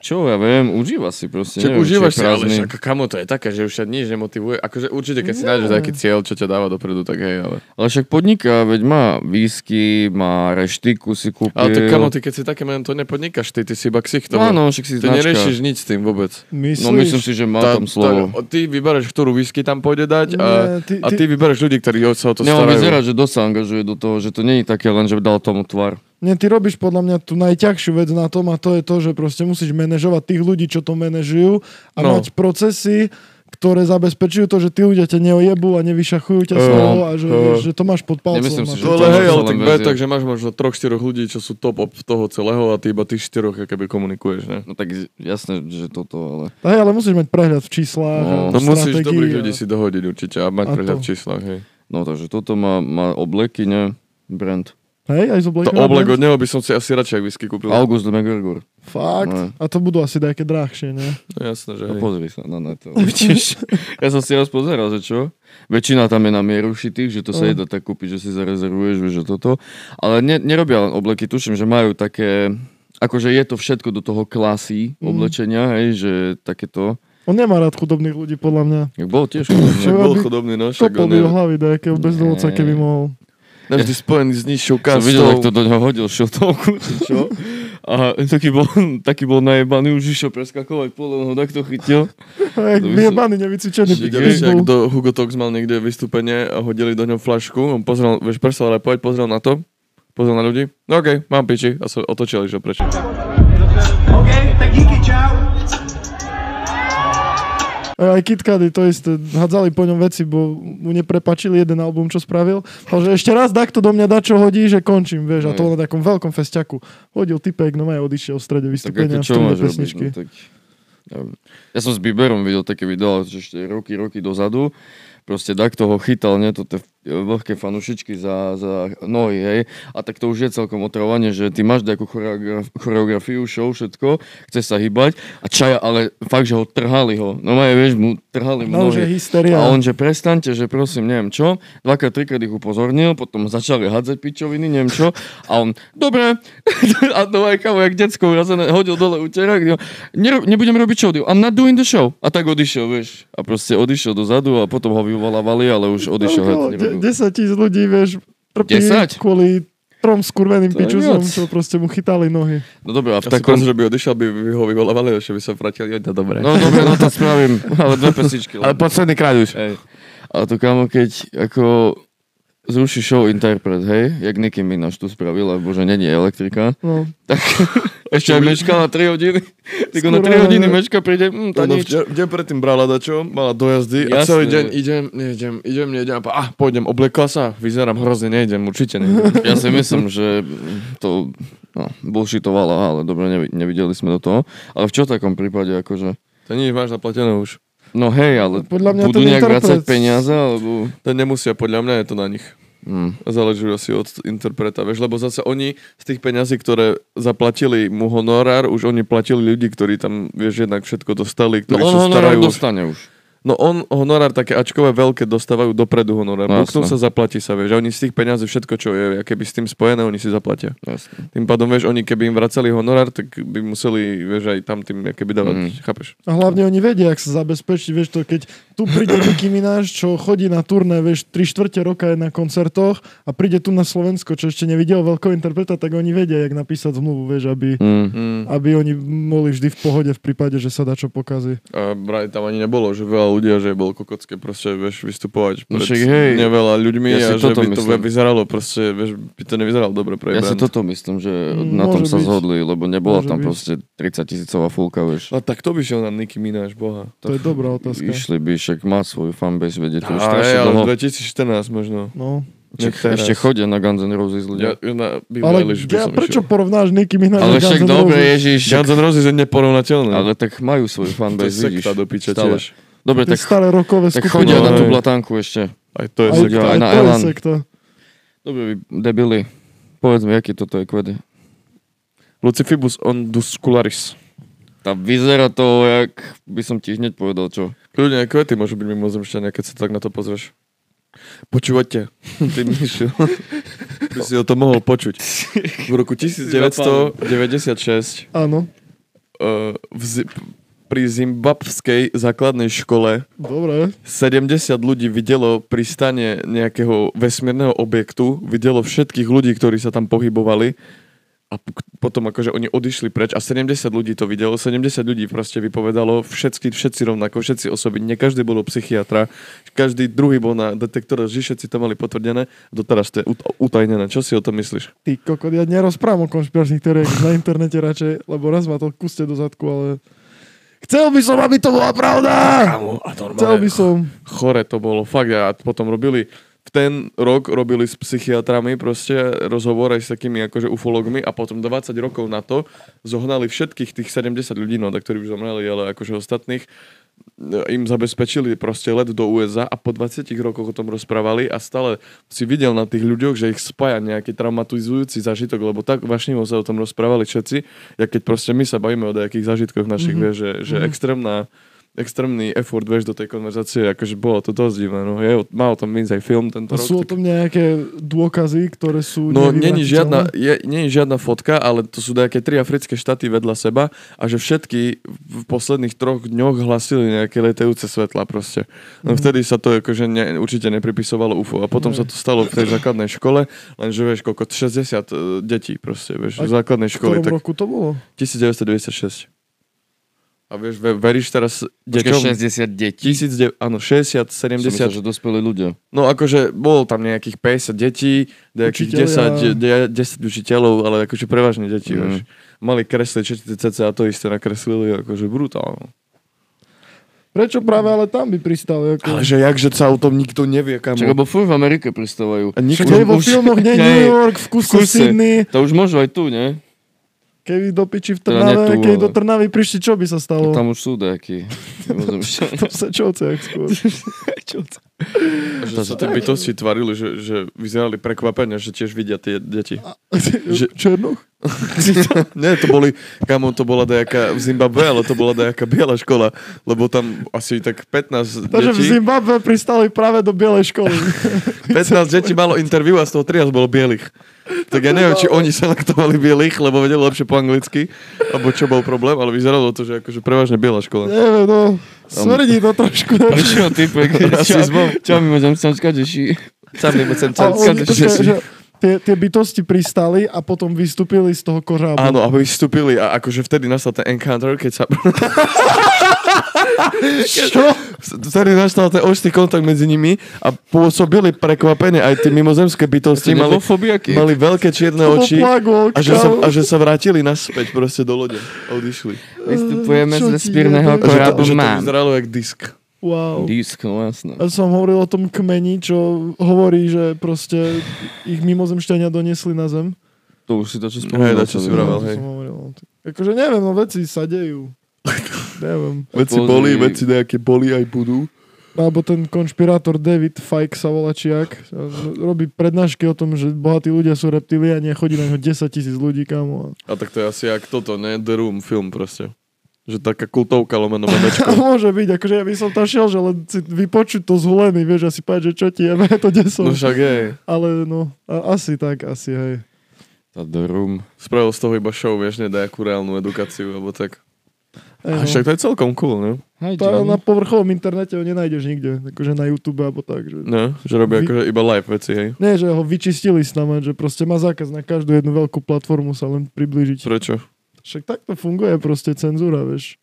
Speaker 1: čo ja viem, užíva si proste. neviem,
Speaker 3: Čak
Speaker 1: či
Speaker 3: užívaš
Speaker 1: je
Speaker 3: si, ale
Speaker 1: prázdny.
Speaker 3: však kamo to je také, že už ťa nič nemotivuje. Akože určite, keď si nájdeš nejaký cieľ, čo ťa dáva dopredu, tak hej, ale...
Speaker 1: ale však podniká, veď má whisky, má reštiku si kúpil.
Speaker 3: Ale tak kamo, ty keď si také meno, to nepodnikáš, ty, ty si iba ksicht
Speaker 1: No
Speaker 3: tomu.
Speaker 1: áno, však si
Speaker 3: Ty
Speaker 1: značka.
Speaker 3: neriešiš nič s tým vôbec.
Speaker 2: Myslíš?
Speaker 1: No myslím si, že má tam slovo.
Speaker 3: Tá, ty vyberáš, ktorú whisky tam pôjde dať
Speaker 2: Nie,
Speaker 3: a,
Speaker 2: ty-
Speaker 3: ty, a ty vyberáš ľudí, ktorí o- sa o to
Speaker 1: Ne, on
Speaker 3: starajú.
Speaker 1: vyzerá, že dosť sa angažuje do toho, že to nie je také len, že dal tomu tvar.
Speaker 2: Nie, ty robíš podľa mňa tú najťažšiu vec na tom a to je to, že proste musíš manažovať tých ľudí, čo to manažujú a
Speaker 3: No.
Speaker 2: mať procesy, ktoré zabezpečujú to, že tí ľudia ťa neojebú a nevyšachujú ťa z
Speaker 3: Eh,
Speaker 2: toho a že,
Speaker 3: eh.
Speaker 2: vieš, že to máš pod palcom.
Speaker 1: no, Nemyslím
Speaker 2: a
Speaker 1: si, že
Speaker 3: No,
Speaker 2: to-
Speaker 1: to-
Speaker 3: ale hej,
Speaker 1: možno
Speaker 3: ale
Speaker 1: len
Speaker 3: tak bude
Speaker 1: vezie.
Speaker 3: tak, že máš možno troch, štyroch ľudí, čo sú top ob toho celého a ty iba tých štyroch keby komunikuješ, ne?
Speaker 1: No tak jasné, že toto, ale...
Speaker 2: Hej, ale musíš mať prehľad v číslach.
Speaker 1: No.
Speaker 2: a
Speaker 3: To musíš
Speaker 2: stratégii
Speaker 3: dobrých
Speaker 2: a-
Speaker 3: ľudí si dohodiť určite a mať
Speaker 2: A
Speaker 3: prehľad
Speaker 2: to.
Speaker 3: v číslach, hej.
Speaker 1: No takže toto má, má obleky, ne? Brand.
Speaker 2: Hej, aj z
Speaker 3: To
Speaker 2: oblekom.
Speaker 3: oblek od neho by som si asi radšej whisky kúpil.
Speaker 1: August McGregor.
Speaker 2: Fakt?
Speaker 1: No.
Speaker 2: A to budú asi nejaké drahšie, ne?
Speaker 3: No, jasné, že
Speaker 1: No
Speaker 3: hej.
Speaker 1: pozri sa na net. Vidíš? ja som si raz pozeral, že čo? Väčšina tam je na mieru šitých, že to sa
Speaker 2: Mm.
Speaker 1: jedno tak kúpiť, že si zarezervuješ, vieš, že toto. Ale ne, nerobia len obleky, tuším, že majú také... Akože je to všetko do toho klasy
Speaker 2: Mm.
Speaker 1: oblečenia, hej, že takéto.
Speaker 2: On nemá rád chudobných ľudí, podľa mňa.
Speaker 1: Jak bol tiež.
Speaker 3: Však
Speaker 2: Čo robí?
Speaker 3: bol chudobný, no, však
Speaker 2: Kopol
Speaker 3: on
Speaker 2: by
Speaker 3: je
Speaker 2: do hlavy nejakého bezdomovca, keby mohol.
Speaker 3: navždy spojený s
Speaker 1: Som
Speaker 3: nižšou kastou.
Speaker 1: videl, jak to do neho hodil šiltovku, či čo? A taký bol, taký bol najebaný, už išiel preskakovať pole, on ho
Speaker 3: no,
Speaker 1: takto chytil.
Speaker 2: Hej,
Speaker 1: To by som-
Speaker 2: vyjebaný, nevycvičený.
Speaker 3: Videli
Speaker 2: pigmeň
Speaker 3: ste, ak
Speaker 2: bol.
Speaker 3: do Hugo Tox mal niekde vystúpenie a hodili do ňom flašku, on pozrel, vieš, prestal repovať, pozrel na to, pozrel na ľudí, no okej, okay, mám piči a sa otočil, že prečo.
Speaker 6: Okay, tak díky, čau.
Speaker 2: Aj KitKady to isté, hádzali po ňom veci, bo mu neprepačili jeden album, čo spravil. Ale že ešte raz takto do mňa dačo hodí, že končím, vieš, a
Speaker 1: No.
Speaker 2: to na takom veľkom festiaku. Hodil typek, no aj odišiel v strede
Speaker 1: Tak ako
Speaker 2: vystúpenia, v
Speaker 1: čo
Speaker 2: strede
Speaker 1: máš robiť?
Speaker 2: pesničky.
Speaker 1: No, tak, ja, ja som s Bieberom videl také video, že ešte roky, roky dozadu. Proste dak toho chytal, nie, to tie vlhké fanušičky za, za nohy, hej. A tak to už je celkom otravovanie, že ty máš nejakú choreograf- choreografiu, show, všetko, chce sa hýbať a čaja, ale fakt, že ho trhali ho. No majú, vieš, mu trhali mu
Speaker 2: No,
Speaker 1: nohy.
Speaker 2: že hysteria.
Speaker 1: A on, že prestante, že prosím, neviem čo. Dvakrát, trikrát ich upozornil, potom začali hádzať pičoviny, neviem čo. A on, dobre. a to aj kamo, jak decko urazené, hodil dole uterák. jo. Nero- nebudem robiť show, I'm not doing the show. A tak odišiel, vieš. A proste odišiel dozadu a potom ho vyvolávali, ale už odišiel.
Speaker 2: Okolo
Speaker 1: hej,
Speaker 2: No, de-
Speaker 1: nerobil.
Speaker 2: 10 tisíc ľudí, vieš, trpí
Speaker 1: 10?
Speaker 2: kvôli trom skurveným
Speaker 1: To je
Speaker 2: pičusom,
Speaker 1: viac.
Speaker 2: čo proste mu chytali nohy.
Speaker 1: no dobre, a v
Speaker 3: Ja tak
Speaker 1: takom...
Speaker 3: si že by odišiel, by by ho vyvolávali, že by sa vrátil, jo, to dobre.
Speaker 1: No dobre, no to spravím, ale dve pesničky. len.
Speaker 3: posledný krát už.
Speaker 1: Hej. Ale to kamo, keď ako zruší show interpret, hej, jak Nicky Minaj tu spravila, bože, není elektrika.
Speaker 2: No.
Speaker 1: Tak ešte aj mečka na 3 hodiny. Tak na
Speaker 2: Skurvené.
Speaker 1: 3 hodiny mečka príde, hm, tá
Speaker 3: No,
Speaker 1: nič.
Speaker 3: včera- deň predtým brala dačo, mala dojazdy a
Speaker 1: Jasné.
Speaker 3: celý deň idem, nejdem, idem, nejdem a pa- ah, pôjdem, oblekla sa, vyzerám hrozne, nejdem, určite nejdem.
Speaker 1: Ja si myslím, že to no, bullshitovala, ale dobre, nevi- nevideli sme do toho. Ale v čo takom prípade, akože,
Speaker 3: To nič, máš zaplatené už.
Speaker 1: no hej, ale
Speaker 2: Podľa mňa
Speaker 1: budú
Speaker 2: ten
Speaker 1: nejak
Speaker 2: interpret-
Speaker 1: vracať peniaze, alebo...
Speaker 3: To nemusia, podľa mňa je to na nich.
Speaker 1: Hm.
Speaker 3: Záleží asi od interpreta, vieš, lebo zase oni z tých peňazí, ktoré zaplatili mu honorár, už oni platili ľudí, ktorí tam, vieš, jednak všetko dostali,
Speaker 1: No
Speaker 3: ktorí
Speaker 1: on
Speaker 3: sa
Speaker 1: ho
Speaker 3: starajú.
Speaker 1: dostane už.
Speaker 3: No No on honorár také ačkové veľké dostávajú dopredu honorár.
Speaker 1: No,
Speaker 3: No, Buknú
Speaker 1: jasné.
Speaker 3: sa, zaplatí sa, vieš. A oni z tých peňazí všetko, čo je, aké by s tým spojené, oni si zaplatia.
Speaker 1: Jasne.
Speaker 3: Tým pádom, vieš, oni keby im vracali honorár, tak by museli, vieš, aj tam tým keby dávať,
Speaker 1: Mm.
Speaker 3: mm. chápeš?
Speaker 2: A hlavne oni vedia, ak sa zabezpečiť, vieš to, keď tu príde Nicki Minaj, čo chodí na turné, vieš, 3 štvrte roka je na koncertoch a príde tu na Slovensko, čo ešte nevidel veľkého interpreta, tak oni vedia, jak napísať zmluvu, vieš, aby,
Speaker 1: Mm.
Speaker 3: Mm.
Speaker 2: aby oni boli vždy v pohode v prípade, že sa dá čo pokazí.
Speaker 3: A braj, tam ani nebolo, že veľa ľudí, a že bol kokocké proste, vieš, vystupovať
Speaker 1: No
Speaker 3: pred
Speaker 1: však hej.
Speaker 3: neveľa
Speaker 1: Ja
Speaker 3: ľuďmi
Speaker 1: si
Speaker 3: a že
Speaker 1: toto
Speaker 3: by to
Speaker 1: myslím.
Speaker 3: vyzeralo proste, vieš, by to nevyzeralo dobre pre
Speaker 1: Ja si
Speaker 3: brand.
Speaker 1: toto myslím, že na
Speaker 2: Môže
Speaker 1: tom sa
Speaker 2: byť.
Speaker 1: zhodli, lebo nebola
Speaker 2: Môže
Speaker 1: tam
Speaker 2: byť.
Speaker 1: proste 30 tisícová fúlka, vieš.
Speaker 3: A tak to by šiel na Nicki Minaj, boha.
Speaker 2: To je dobrá otázka.
Speaker 1: Išli by, však má svoju fanbase, vedie to už
Speaker 3: A
Speaker 1: strašne
Speaker 3: hej, ale
Speaker 1: dlho.
Speaker 3: 2014 možno.
Speaker 2: No.
Speaker 3: Nie
Speaker 1: Však
Speaker 3: teraz.
Speaker 1: Ešte chodia na Guns N' Roses
Speaker 3: Ja,
Speaker 1: ľudia.
Speaker 3: ja na Billie
Speaker 2: Ale
Speaker 3: Eilish by
Speaker 2: ja,
Speaker 3: som
Speaker 2: prečo
Speaker 3: išiel.
Speaker 2: porovnáš Nicki Minaj? a
Speaker 1: Ale však
Speaker 2: Guns N'
Speaker 1: dobre,
Speaker 2: Roses?
Speaker 1: Ježiš,
Speaker 3: Guns N' Roses je neporovnateľné.
Speaker 1: ale tak majú svoju
Speaker 3: to je
Speaker 1: fanbase, vidíš.
Speaker 3: sekta do piče
Speaker 1: stále.
Speaker 3: tiež.
Speaker 1: Dobre,
Speaker 2: Tie
Speaker 1: tak,
Speaker 2: staré rokové
Speaker 1: tak
Speaker 2: skupiny.
Speaker 1: chodia
Speaker 3: No,
Speaker 1: na tú
Speaker 3: hej.
Speaker 1: blatanku ešte.
Speaker 3: Aj to je
Speaker 2: Aj,
Speaker 3: sekta.
Speaker 1: sekta.
Speaker 2: aj
Speaker 1: na
Speaker 2: to je
Speaker 1: Elan.
Speaker 2: sekta.
Speaker 1: Dobre, vy debili. Povedz mi, aký toto je kvedy.
Speaker 3: Lucifibus onduscularis.
Speaker 1: Tá vyzerá to, jak by som ti hneď povedal, čo.
Speaker 3: Kľudne aj kvety môžu byť mimozemšťania, keď sa tak na to pozrieš. Počúvate, ty Mišo. By si o to mohol počuť. V roku 1996
Speaker 2: Áno,
Speaker 3: uh, v Zi- pri zimbabskej základnej škole
Speaker 2: dobre.
Speaker 3: 70 ľudí videlo pri stane nejakého vesmírneho objektu, videlo všetkých ľudí, ktorí sa tam pohybovali a p- potom akože oni odišli preč a 70 ľudí to videlo, 70 ľudí proste vypovedalo, všetci, všetci rovnako, všetci osoby, nie každý bol u psychiatra, každý druhý bol na detektore, že všetci to mali potvrdené, doteraz to je ut- utajnené. Čo si o tom myslíš?
Speaker 2: Ty kokot, ja nerozprávam o konšpiračných teóriách na internete radšej, lebo raz ma to kuste do zadku, ale... Chcel by som, aby to bola pravda!
Speaker 3: a
Speaker 2: Chcel by som.
Speaker 3: chore to bolo, fakt. A potom robili, v ten rok robili s psychiatrami proste rozhovor aj s takými akože ufologmi a potom 20 rokov na to zohnali všetkých tých 70 ľudí, no tak ktorí už zomreli, ale akože ostatných e, im zabezpečili proste let do USA a po 20 rokoch o tom rozprávali a stále si videl na tých ľuďoch, že ich spája nejaký traumatizujúci zážitok, lebo tak vášnivo sa o tom rozprávali všetci, ja keď proste my sa bavíme o nejakých zážitkoch našich, mm-hmm. vieš, že, že mm-hmm. extrémna extrémny effort, vieš, do tej konverzácie, akože bolo to dosť divné, no. Je, o- má o tom ísť aj film
Speaker 2: A
Speaker 3: tento rok.
Speaker 2: sú o
Speaker 3: tak-
Speaker 2: tom nejaké dôkazy, ktoré sú
Speaker 3: No, není
Speaker 2: nevyvratiteľné?
Speaker 3: žiadna, je, není žiadna fotka, ale to sú nejaké tri africké štáty vedľa seba a že všetky v posledných troch dňoch hlasili nejaké letajúce svetla proste.
Speaker 2: Mhm.
Speaker 3: No vtedy sa to akože ne, určite nepripisovalo UFO a potom sa to stalo v tej základnej škole, lenže vieš, koľko, 60 e, detí proste, vieš, v
Speaker 2: A
Speaker 3: základnej
Speaker 2: V ktorom
Speaker 3: škole, tak
Speaker 2: roku to bolo?
Speaker 3: 1996. A vieš, ve- veríš teraz
Speaker 1: Počkaj,
Speaker 3: deťom?
Speaker 1: 60 detí.
Speaker 3: 1000, áno, 60,
Speaker 1: Som myslel, že
Speaker 3: 70,
Speaker 1: dospelí ľudia.
Speaker 3: No akože bolo tam nejakých 50 detí, nejakých
Speaker 2: Učiteľia.
Speaker 3: 10, de- 10 učiteľov, ale akože prevažne deti,
Speaker 1: Mm.
Speaker 3: mm. vieš. Mali kresliť všetci cca to isté nakreslili, akože brutálne.
Speaker 2: Prečo práve ale tam by pristali? Ako...
Speaker 3: Ale že jakže sa o tom nikto nevie, kamo.
Speaker 1: Čak, lebo furt v Amerike pristávajú.
Speaker 3: A nikto...
Speaker 2: Však aj vo
Speaker 1: už-
Speaker 2: filmoch nie
Speaker 1: hej,
Speaker 2: New York, v kuse,
Speaker 1: v kuse.
Speaker 2: Sydney,
Speaker 1: To už môžu aj tu, ne?
Speaker 2: keby do piči v
Speaker 1: Teda nie
Speaker 2: Trnave,
Speaker 1: tu,
Speaker 2: keby
Speaker 1: ale-
Speaker 2: do Trnavy prišli, čo by sa stalo?
Speaker 1: Tam už sú nejakí.
Speaker 2: To sa čo jak skôr.
Speaker 3: Že sa tie bytosti tvarili, že, že vyzerali prekvapenia, že tiež vidia tie deti. Že-
Speaker 2: Černoch?
Speaker 3: Nie, to boli, kamo, to bola nejaká v Zimbabwe, ale to bola nejaká biela škola, lebo tam asi tak
Speaker 2: Takže No,
Speaker 3: 15
Speaker 2: v
Speaker 3: detí,
Speaker 2: Zimbabwe pristali práve do bielej školy.
Speaker 3: 15 detí malo interviu a z toho 13 bolo bielých. Tak ja neviem, či oni selektovali bielých, lebo vedeli lepšie po anglicky, alebo čo bol problém, ale vyzeralo to, že akože prevažne biela škola.
Speaker 2: Neviem, no. Smrdí to trošku.
Speaker 1: Prišiel typek.
Speaker 3: Rasizmom.
Speaker 1: Čau, my môžem sa čkadeši.
Speaker 3: Sám nebo sem
Speaker 2: A oni, počkaj, že tie, tie bytosti pristali a potom vystúpili z toho korábu.
Speaker 3: Áno, a vystúpili a akože vtedy nastal ten encounter, keď sa...
Speaker 2: Čo?
Speaker 3: Vtedy nastal ten očný kontakt medzi nimi a pôsobili prekvapenie aj tie mimozemské bytosti. Mali,
Speaker 1: fobiaky.
Speaker 3: mali veľké čierne
Speaker 2: To bol
Speaker 3: oči
Speaker 2: plagol,
Speaker 3: a že, sa,
Speaker 2: kámo.
Speaker 3: a že sa vrátili naspäť proste do lode a odišli.
Speaker 1: Vystupujeme
Speaker 2: Čo
Speaker 1: z
Speaker 2: ti
Speaker 1: vesmírneho
Speaker 2: jebe?
Speaker 3: A že to,
Speaker 1: korábu
Speaker 3: že to
Speaker 1: mám.
Speaker 3: vyzeralo jak disk.
Speaker 2: Wow.
Speaker 1: Disk, no jasné.
Speaker 2: Ja som hovoril o tom kmeni, čo hovorí, že proste ich mimozemšťania doniesli na zem.
Speaker 1: To už si to čo
Speaker 3: Hej,
Speaker 1: spomínal.
Speaker 3: to čo si
Speaker 2: No,
Speaker 3: vravel,
Speaker 2: to
Speaker 3: hej.
Speaker 2: som hovoril. no. Akože neviem, no veci sa dejú. neviem.
Speaker 3: Veci
Speaker 1: Pozri.
Speaker 3: boli, veci nejaké boli aj budú.
Speaker 2: Alebo ten konšpirátor David Fike sa volá Čiak. Robí prednášky o tom, že bohatí ľudia sú reptiliani a chodí na ňo 10 tisíc ľudí, kámo.
Speaker 3: A tak to je asi jak toto, ne? The Room film proste. Že taká kultovka lomeno
Speaker 2: A
Speaker 3: memečko.
Speaker 2: môže byť, akože ja by som tam šiel, že len si vypočuť to z huleny, vieš, asi povedať, že čo ti jebe, to
Speaker 3: No
Speaker 2: desom.
Speaker 3: však je.
Speaker 2: Ale no, a, asi tak, asi, hej.
Speaker 1: Tá drum.
Speaker 3: Spravil z toho iba show, vieš, nedaj akú reálnu edukáciu, alebo tak.
Speaker 2: Hej, no.
Speaker 3: A však to je celkom cool, ne?
Speaker 1: Hej,
Speaker 2: To na povrchovom internete ho nenájdeš nikde, akože na YouTube alebo tak. Že...
Speaker 3: No, že robia
Speaker 2: Vy-
Speaker 3: akože iba live veci, hej.
Speaker 2: Nie, že ho vyčistili snad, že proste má zákaz na každú jednu veľkú platformu sa len priblížiť.
Speaker 3: Prečo?
Speaker 2: Však takto funguje proste cenzúra, vieš.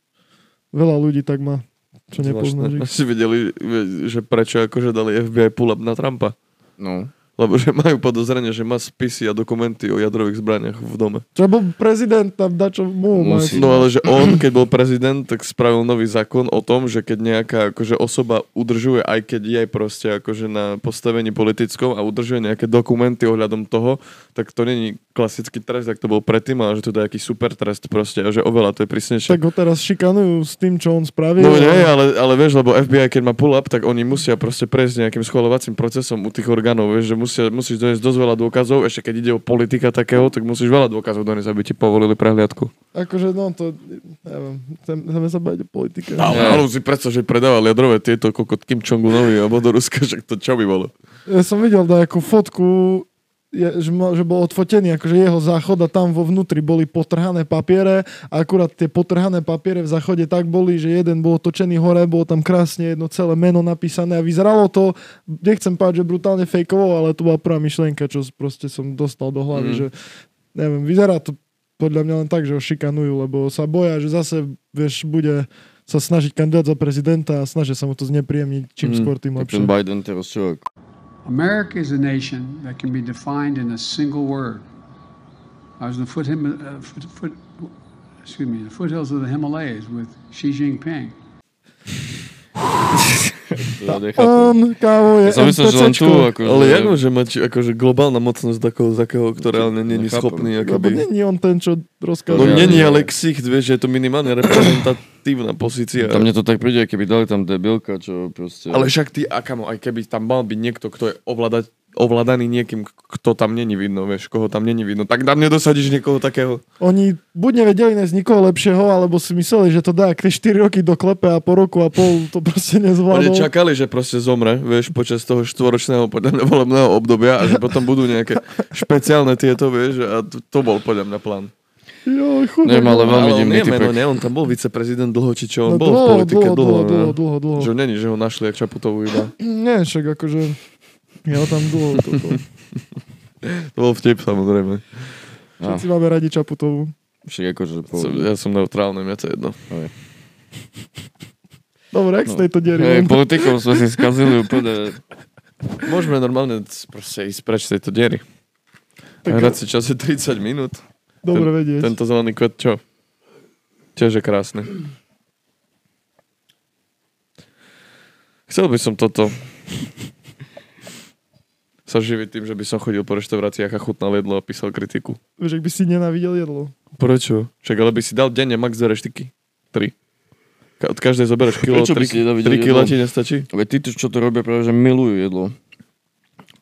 Speaker 2: Veľa ľudí tak má, čo nepoznáš. ich.
Speaker 3: Si videli, že prečo akože dali FBI pull-up na Trumpa?
Speaker 1: No.
Speaker 3: Lebo že majú podozrenie, že má spisy a dokumenty o jadrových zbraniach v dome.
Speaker 2: Čo bol prezident tam dačo mu má-
Speaker 1: Musí.
Speaker 3: No ale že on, keď bol prezident, tak spravil nový zákon o tom, že keď nejaká akože osoba udržuje, aj keď je proste akože na postavení politickom a udržuje nejaké dokumenty ohľadom toho, tak to není klasický trest, ak to bol predtým, ale že to je nejaký super trest proste a že oveľa to je prísnejšie.
Speaker 2: Tak ho teraz šikanujú s tým, čo on spravil.
Speaker 3: No nie, ale, ale vieš, lebo FBI, keď má pull-up, tak oni musia proste prejsť nejakým schvalovacím procesom u tých orgánov, vieš, že musia, musíš doniesť dosť veľa dôkazov, ešte keď ide o politika takého, tak musíš veľa dôkazov doniesť, aby ti povolili prehliadku.
Speaker 2: Akože, no to, neviem, chcem- chceme sa baviť o politike.
Speaker 3: Ale,
Speaker 1: Nie.
Speaker 3: ale si predstav, že predával jadrové tieto kokot Kim Jong-unovi alebo do Ruska, že to čo by bolo?
Speaker 2: Ja som videl nejakú fotku, je, že, ma, že bol odfotený, akože jeho záchod a tam vo vnútri boli potrhané papiere a akurát tie potrhané papiere v záchode tak boli, že jeden bol točený hore, bolo tam krásne jedno celé meno napísané a vyzeralo to, nechcem povedať, že brutálne fejkovo, ale to bola prvá myšlienka, čo proste som dostal do hlavy,
Speaker 3: Mm.
Speaker 2: že neviem, vyzerá to podľa mňa len tak, že ho šikanujú, lebo sa boja, že zase, vieš, bude sa snažiť kandidát za prezidenta a snažia sa mu to znepríjemniť čím
Speaker 3: Mm,
Speaker 2: skôr, tým
Speaker 1: Tak
Speaker 2: lepšie.
Speaker 1: ten Biden teraz čo?
Speaker 7: America is a nation that can be defined in a single word. I was in the foot, Him- uh, foot, foot, excuse me, the foothills of the Himalayas with Xi Jinping.
Speaker 1: Ja nechám to.
Speaker 2: On, kámo, je
Speaker 1: Ja som myslel, že len tu,
Speaker 2: NPCčko.
Speaker 1: akože...
Speaker 3: Ale jak môže mať akože globálna mocnosť takého, takého ktorá ale není
Speaker 1: nechápem.
Speaker 3: schopný,
Speaker 2: No, Lebo
Speaker 3: akoby...
Speaker 2: není on ten, čo
Speaker 3: No
Speaker 1: To
Speaker 2: rozkáže.
Speaker 1: nie-
Speaker 3: není ale ksicht, vieš, že je to minimálne reprezentatívna pozícia.
Speaker 1: Tam mne to tak príde, keby dali tam debilka, čo proste...
Speaker 3: Ale však ty, a kamo, aj keby tam mal byť niekto, kto je ovládať, ovládaný niekým, k- kto tam není vidno, vieš, koho tam není vidno, tak tam nedosadíš niekoho takého.
Speaker 2: Oni buď nevedeli nájsť nikoho lepšieho, alebo si mysleli, že to dá, keď 4 roky doklepe a po roku a pol to proste
Speaker 3: Oni
Speaker 2: nezvládol.
Speaker 3: čakali, že proste zomre, vieš, počas toho štvoročného podľa mňa volebného obdobia a že potom budú nejaké špeciálne tieto, vieš, a to, to bol podľa mňa plán.
Speaker 2: Joj, chudák.
Speaker 1: Neviem, ale veľmi
Speaker 3: on
Speaker 1: divný
Speaker 3: nie, meno,
Speaker 1: typek.
Speaker 3: nie, on tam bol viceprezident dlho, či čo, on
Speaker 2: No
Speaker 3: bol v politike dlho,
Speaker 2: dlho,
Speaker 3: ne?
Speaker 2: dlho, dlho, dlho.
Speaker 3: Že není, že ho našli jak Čaputovú iba.
Speaker 2: Nie, však akože... Ja ho tam dlho. Toto.
Speaker 3: No. To bol vtip samozrejme.
Speaker 2: Všetci máme radi Čaputovú.
Speaker 1: Však akože... Po...
Speaker 3: Som, ja som neutrálny, mňa to je jedno.
Speaker 2: Dobre, ak z
Speaker 1: No.
Speaker 2: tejto diery.
Speaker 1: Hej,
Speaker 2: von.
Speaker 1: politikou sme si skazili úplne...
Speaker 3: Môžeme normálne c- proste ísť preč z tejto diery.
Speaker 2: Tak-
Speaker 3: Tak hrať si čas je 30 minút.
Speaker 2: Dobre vedieť.
Speaker 3: Tento zelený kvet, čo? Tiež je krásny. Chcel by som toto sa živiť tým, že by som chodil po reštauráciách a chutnal jedlo a písal kritiku.
Speaker 2: Vieš, ak by si nenávidel jedlo.
Speaker 3: Prečo? Však ale by si dal denne max dve reštiky. Tri. Ka- od každej zoberieš kilo,
Speaker 1: Prečo by
Speaker 3: tri,
Speaker 1: si nenávidel
Speaker 3: tri kila
Speaker 1: jedlo?
Speaker 3: ti nestačí?
Speaker 1: Veď títo, čo to robia, práve že milujú jedlo.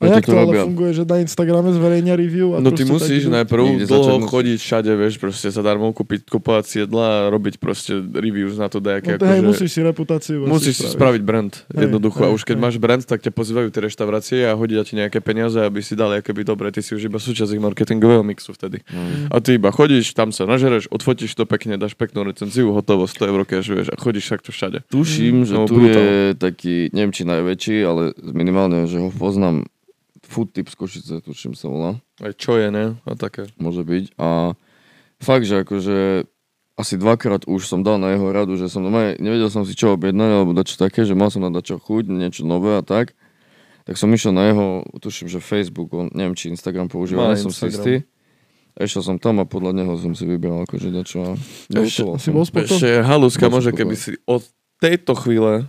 Speaker 2: A
Speaker 1: Veď
Speaker 2: No jak to ale funguje, že na Instagrame zverejňa review? A
Speaker 3: No ty
Speaker 2: proste
Speaker 3: musíš
Speaker 2: tak, že-
Speaker 3: najprv
Speaker 1: Niekde
Speaker 3: dlho
Speaker 1: začať musíš.
Speaker 3: chodiť všade, vieš, proste zadarmo kúpiť, kupovať jedla a robiť proste reviews na to dajaké.
Speaker 2: No to hej,
Speaker 3: akože-
Speaker 2: musíš si reputáciu. vlastne asi
Speaker 3: Musíš si spraviť brand,
Speaker 2: Hej,
Speaker 3: jednoducho.
Speaker 2: hej,
Speaker 3: a už keď
Speaker 2: hej.
Speaker 3: máš brand, tak ťa pozývajú tie reštaurácie a hodia ti nejaké peniaze, aby si dali akoby dobre, ty si už iba súčasť ich marketingového mixu vtedy. A ty iba chodíš, tam sa nažereš, odfotíš to pekne, dáš peknú recenziu, hotovo, 100 eur cashuješ a chodíš takto všade.
Speaker 1: Tuším, že
Speaker 3: No,
Speaker 1: tu
Speaker 3: brutál.
Speaker 1: je taký, neviem či najväčší, ale minimálne, že ho poznám. Food Tip z Košice, tuším sa volá.
Speaker 3: Aj čo je, ne? A také.
Speaker 1: môže byť. A fakt, že akože asi dvakrát už som dal na jeho radu, že som normálne, nevedel som si čo objednať, alebo dačo také, že mal som na dačo chuť, niečo nové a tak. Tak som išiel na jeho, tuším, že Facebook, on, neviem, či Instagram používal, nie
Speaker 3: Má
Speaker 1: som si
Speaker 3: Instagram.
Speaker 1: istý. A Išiel som tam a podľa neho som si vybral akože dačo a
Speaker 3: Ešte-
Speaker 1: gotovo
Speaker 2: Si
Speaker 1: som.
Speaker 2: bol spolu?
Speaker 3: Ešte haluska,
Speaker 1: Bol som
Speaker 3: môže, keby
Speaker 1: spokojný.
Speaker 3: si od tejto chvíle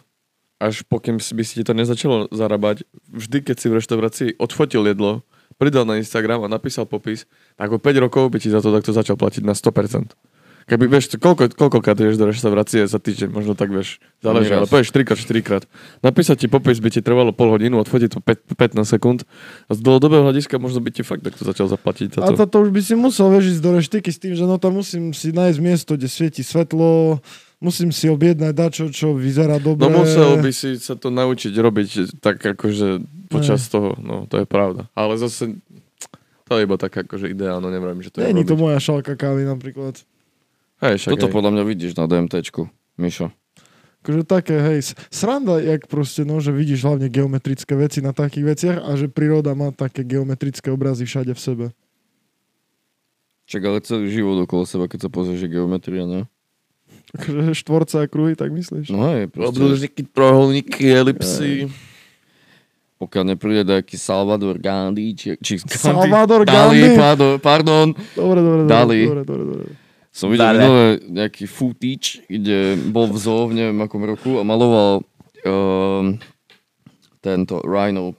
Speaker 3: až pokým si- by si ti to nezačalo zarábať, vždy, keď si v reštaurácii odfotil jedlo, pridal na Instagram a napísal popis, tak o 5 rokov by ti za to takto začal platiť na 100%. Keby, vieš, to koľko, koľkokrát ideš do reštaurácie za týždeň, možno tak, vieš, záleží,
Speaker 1: Ani
Speaker 3: ale
Speaker 1: raz.
Speaker 3: povieš 3 krát, 4 krát. Napísať ti popis by ti trvalo pol hodinu, odfotiť to 5, 15 sekúnd a z dlhodobého hľadiska možno by ti fakt takto začal zaplatiť za
Speaker 2: A
Speaker 3: to.
Speaker 2: to, to už by si musel vežiť do reštiky s tým, že no tam musím si nájsť miesto, kde svieti svetlo, musím si objednať dačo, čo vyzerá dobre.
Speaker 3: No musel by si sa to naučiť robiť tak akože počas toho, no to je pravda. Ale zase to je iba tak akože ideálno, neviem, že to je
Speaker 2: Není to moja šalka kávy napríklad.
Speaker 3: Hej, však
Speaker 1: Toto
Speaker 3: hej.
Speaker 1: podľa mňa vidíš na DMTčku, Mišo.
Speaker 2: Akože také, hej, s- sranda, jak proste, no, že vidíš hlavne geometrické veci na takých veciach a že príroda má také geometrické obrazy všade v sebe.
Speaker 1: Čak ale celý život okolo seba, keď sa pozrieš, je geometria, ne?
Speaker 2: Akože štvorce a kruhy, tak myslíš?
Speaker 1: No hej, proste,
Speaker 3: Obdĺžniky, trojuholníky, elipsy.
Speaker 1: pokiaľ nepríde nejaký Salvador Gandhi, či... či
Speaker 2: Salvador
Speaker 1: Dali,
Speaker 2: Gandhi?
Speaker 1: pardon, pardon.
Speaker 2: Dobre, dobre, dobre.
Speaker 1: Dali.
Speaker 2: Dobre, dobre, dobre.
Speaker 1: Som videl minulé nejaký footage, kde bol v zoo, v neviem akom roku a maloval um, tento rhino.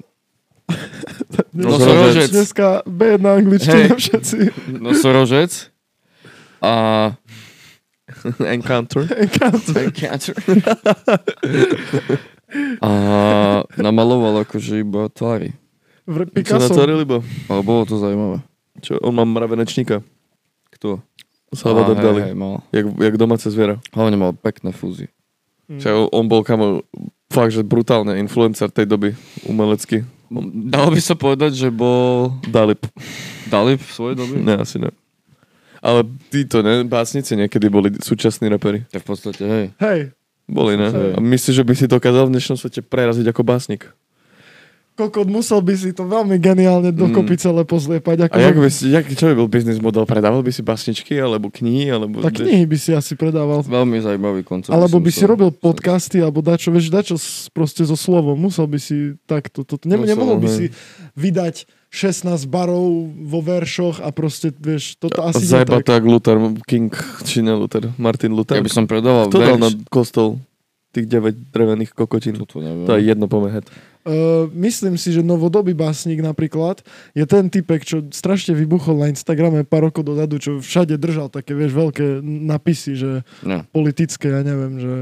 Speaker 3: No
Speaker 1: Nosorožec.
Speaker 2: Dneska B na angličtine
Speaker 1: Hej.
Speaker 2: všetci.
Speaker 1: Nosorožec. A
Speaker 3: Encounter.
Speaker 1: a namaloval akože iba tvary.
Speaker 2: Vr-
Speaker 3: Čo na
Speaker 2: Picasso.
Speaker 3: to rybo?
Speaker 1: Ale bolo to zaujímavé.
Speaker 3: Čo, on má mravenečníka.
Speaker 1: Kto?
Speaker 3: Salvador
Speaker 1: Á, hej,
Speaker 3: Dali.
Speaker 1: hej, mal.
Speaker 3: Jak, jak domáce zviera.
Speaker 1: Hlavne mal pekné fúzy.
Speaker 2: Mm.
Speaker 3: Čo, on bol kamo, fakt, že brutálne influencer tej doby, umelecký.
Speaker 1: Dalo by sa povedať, že bol
Speaker 3: Dalip.
Speaker 1: Dalip v svojej dobe?
Speaker 3: Ne, asi ne. Ale títo, ne, básnici niekedy boli súčasní raperi.
Speaker 1: Tak v podstate, hej.
Speaker 2: Hej,
Speaker 3: Boli, ne? A myslíš, že by si dokázal v dnešnom svete preraziť ako básnik?
Speaker 2: kokot musel by si to veľmi geniálne dokopy celé pozliepať. akože Ako
Speaker 3: Mm. A jak by si, jak, čo by bol biznis model? Predával by si básničky, alebo knihy, alebo...
Speaker 2: tak knihy by si asi predával.
Speaker 1: Veľmi zaujímavý koncept.
Speaker 2: Alebo
Speaker 1: som
Speaker 2: by si
Speaker 1: sa-
Speaker 2: robil podcasty, alebo dačo, vieš, dačo s- proste so slovom. Musel by si takto, to, ne,
Speaker 3: Musel,
Speaker 2: nemohol by
Speaker 3: hej.
Speaker 2: si vydať 16 barov vo veršoch a proste, vieš, toto asi nie
Speaker 3: Zajba
Speaker 2: tak.
Speaker 3: tak Luther King, či ne Luther, Martin
Speaker 1: Ja
Speaker 3: Luther.
Speaker 1: by som predával
Speaker 3: Kto dal na
Speaker 1: verš-
Speaker 3: kostol tých 9 drevených kokotín?
Speaker 1: Toto neviem.
Speaker 3: To je jedno pomehet.
Speaker 2: Uh, myslím si, že novodobý básnik napríklad je ten typek, čo strašne vybuchol na Instagrame pár rokov dozadu, čo všade držal také, vieš, veľké napisy, že
Speaker 1: Ne.
Speaker 2: politické, ja neviem, že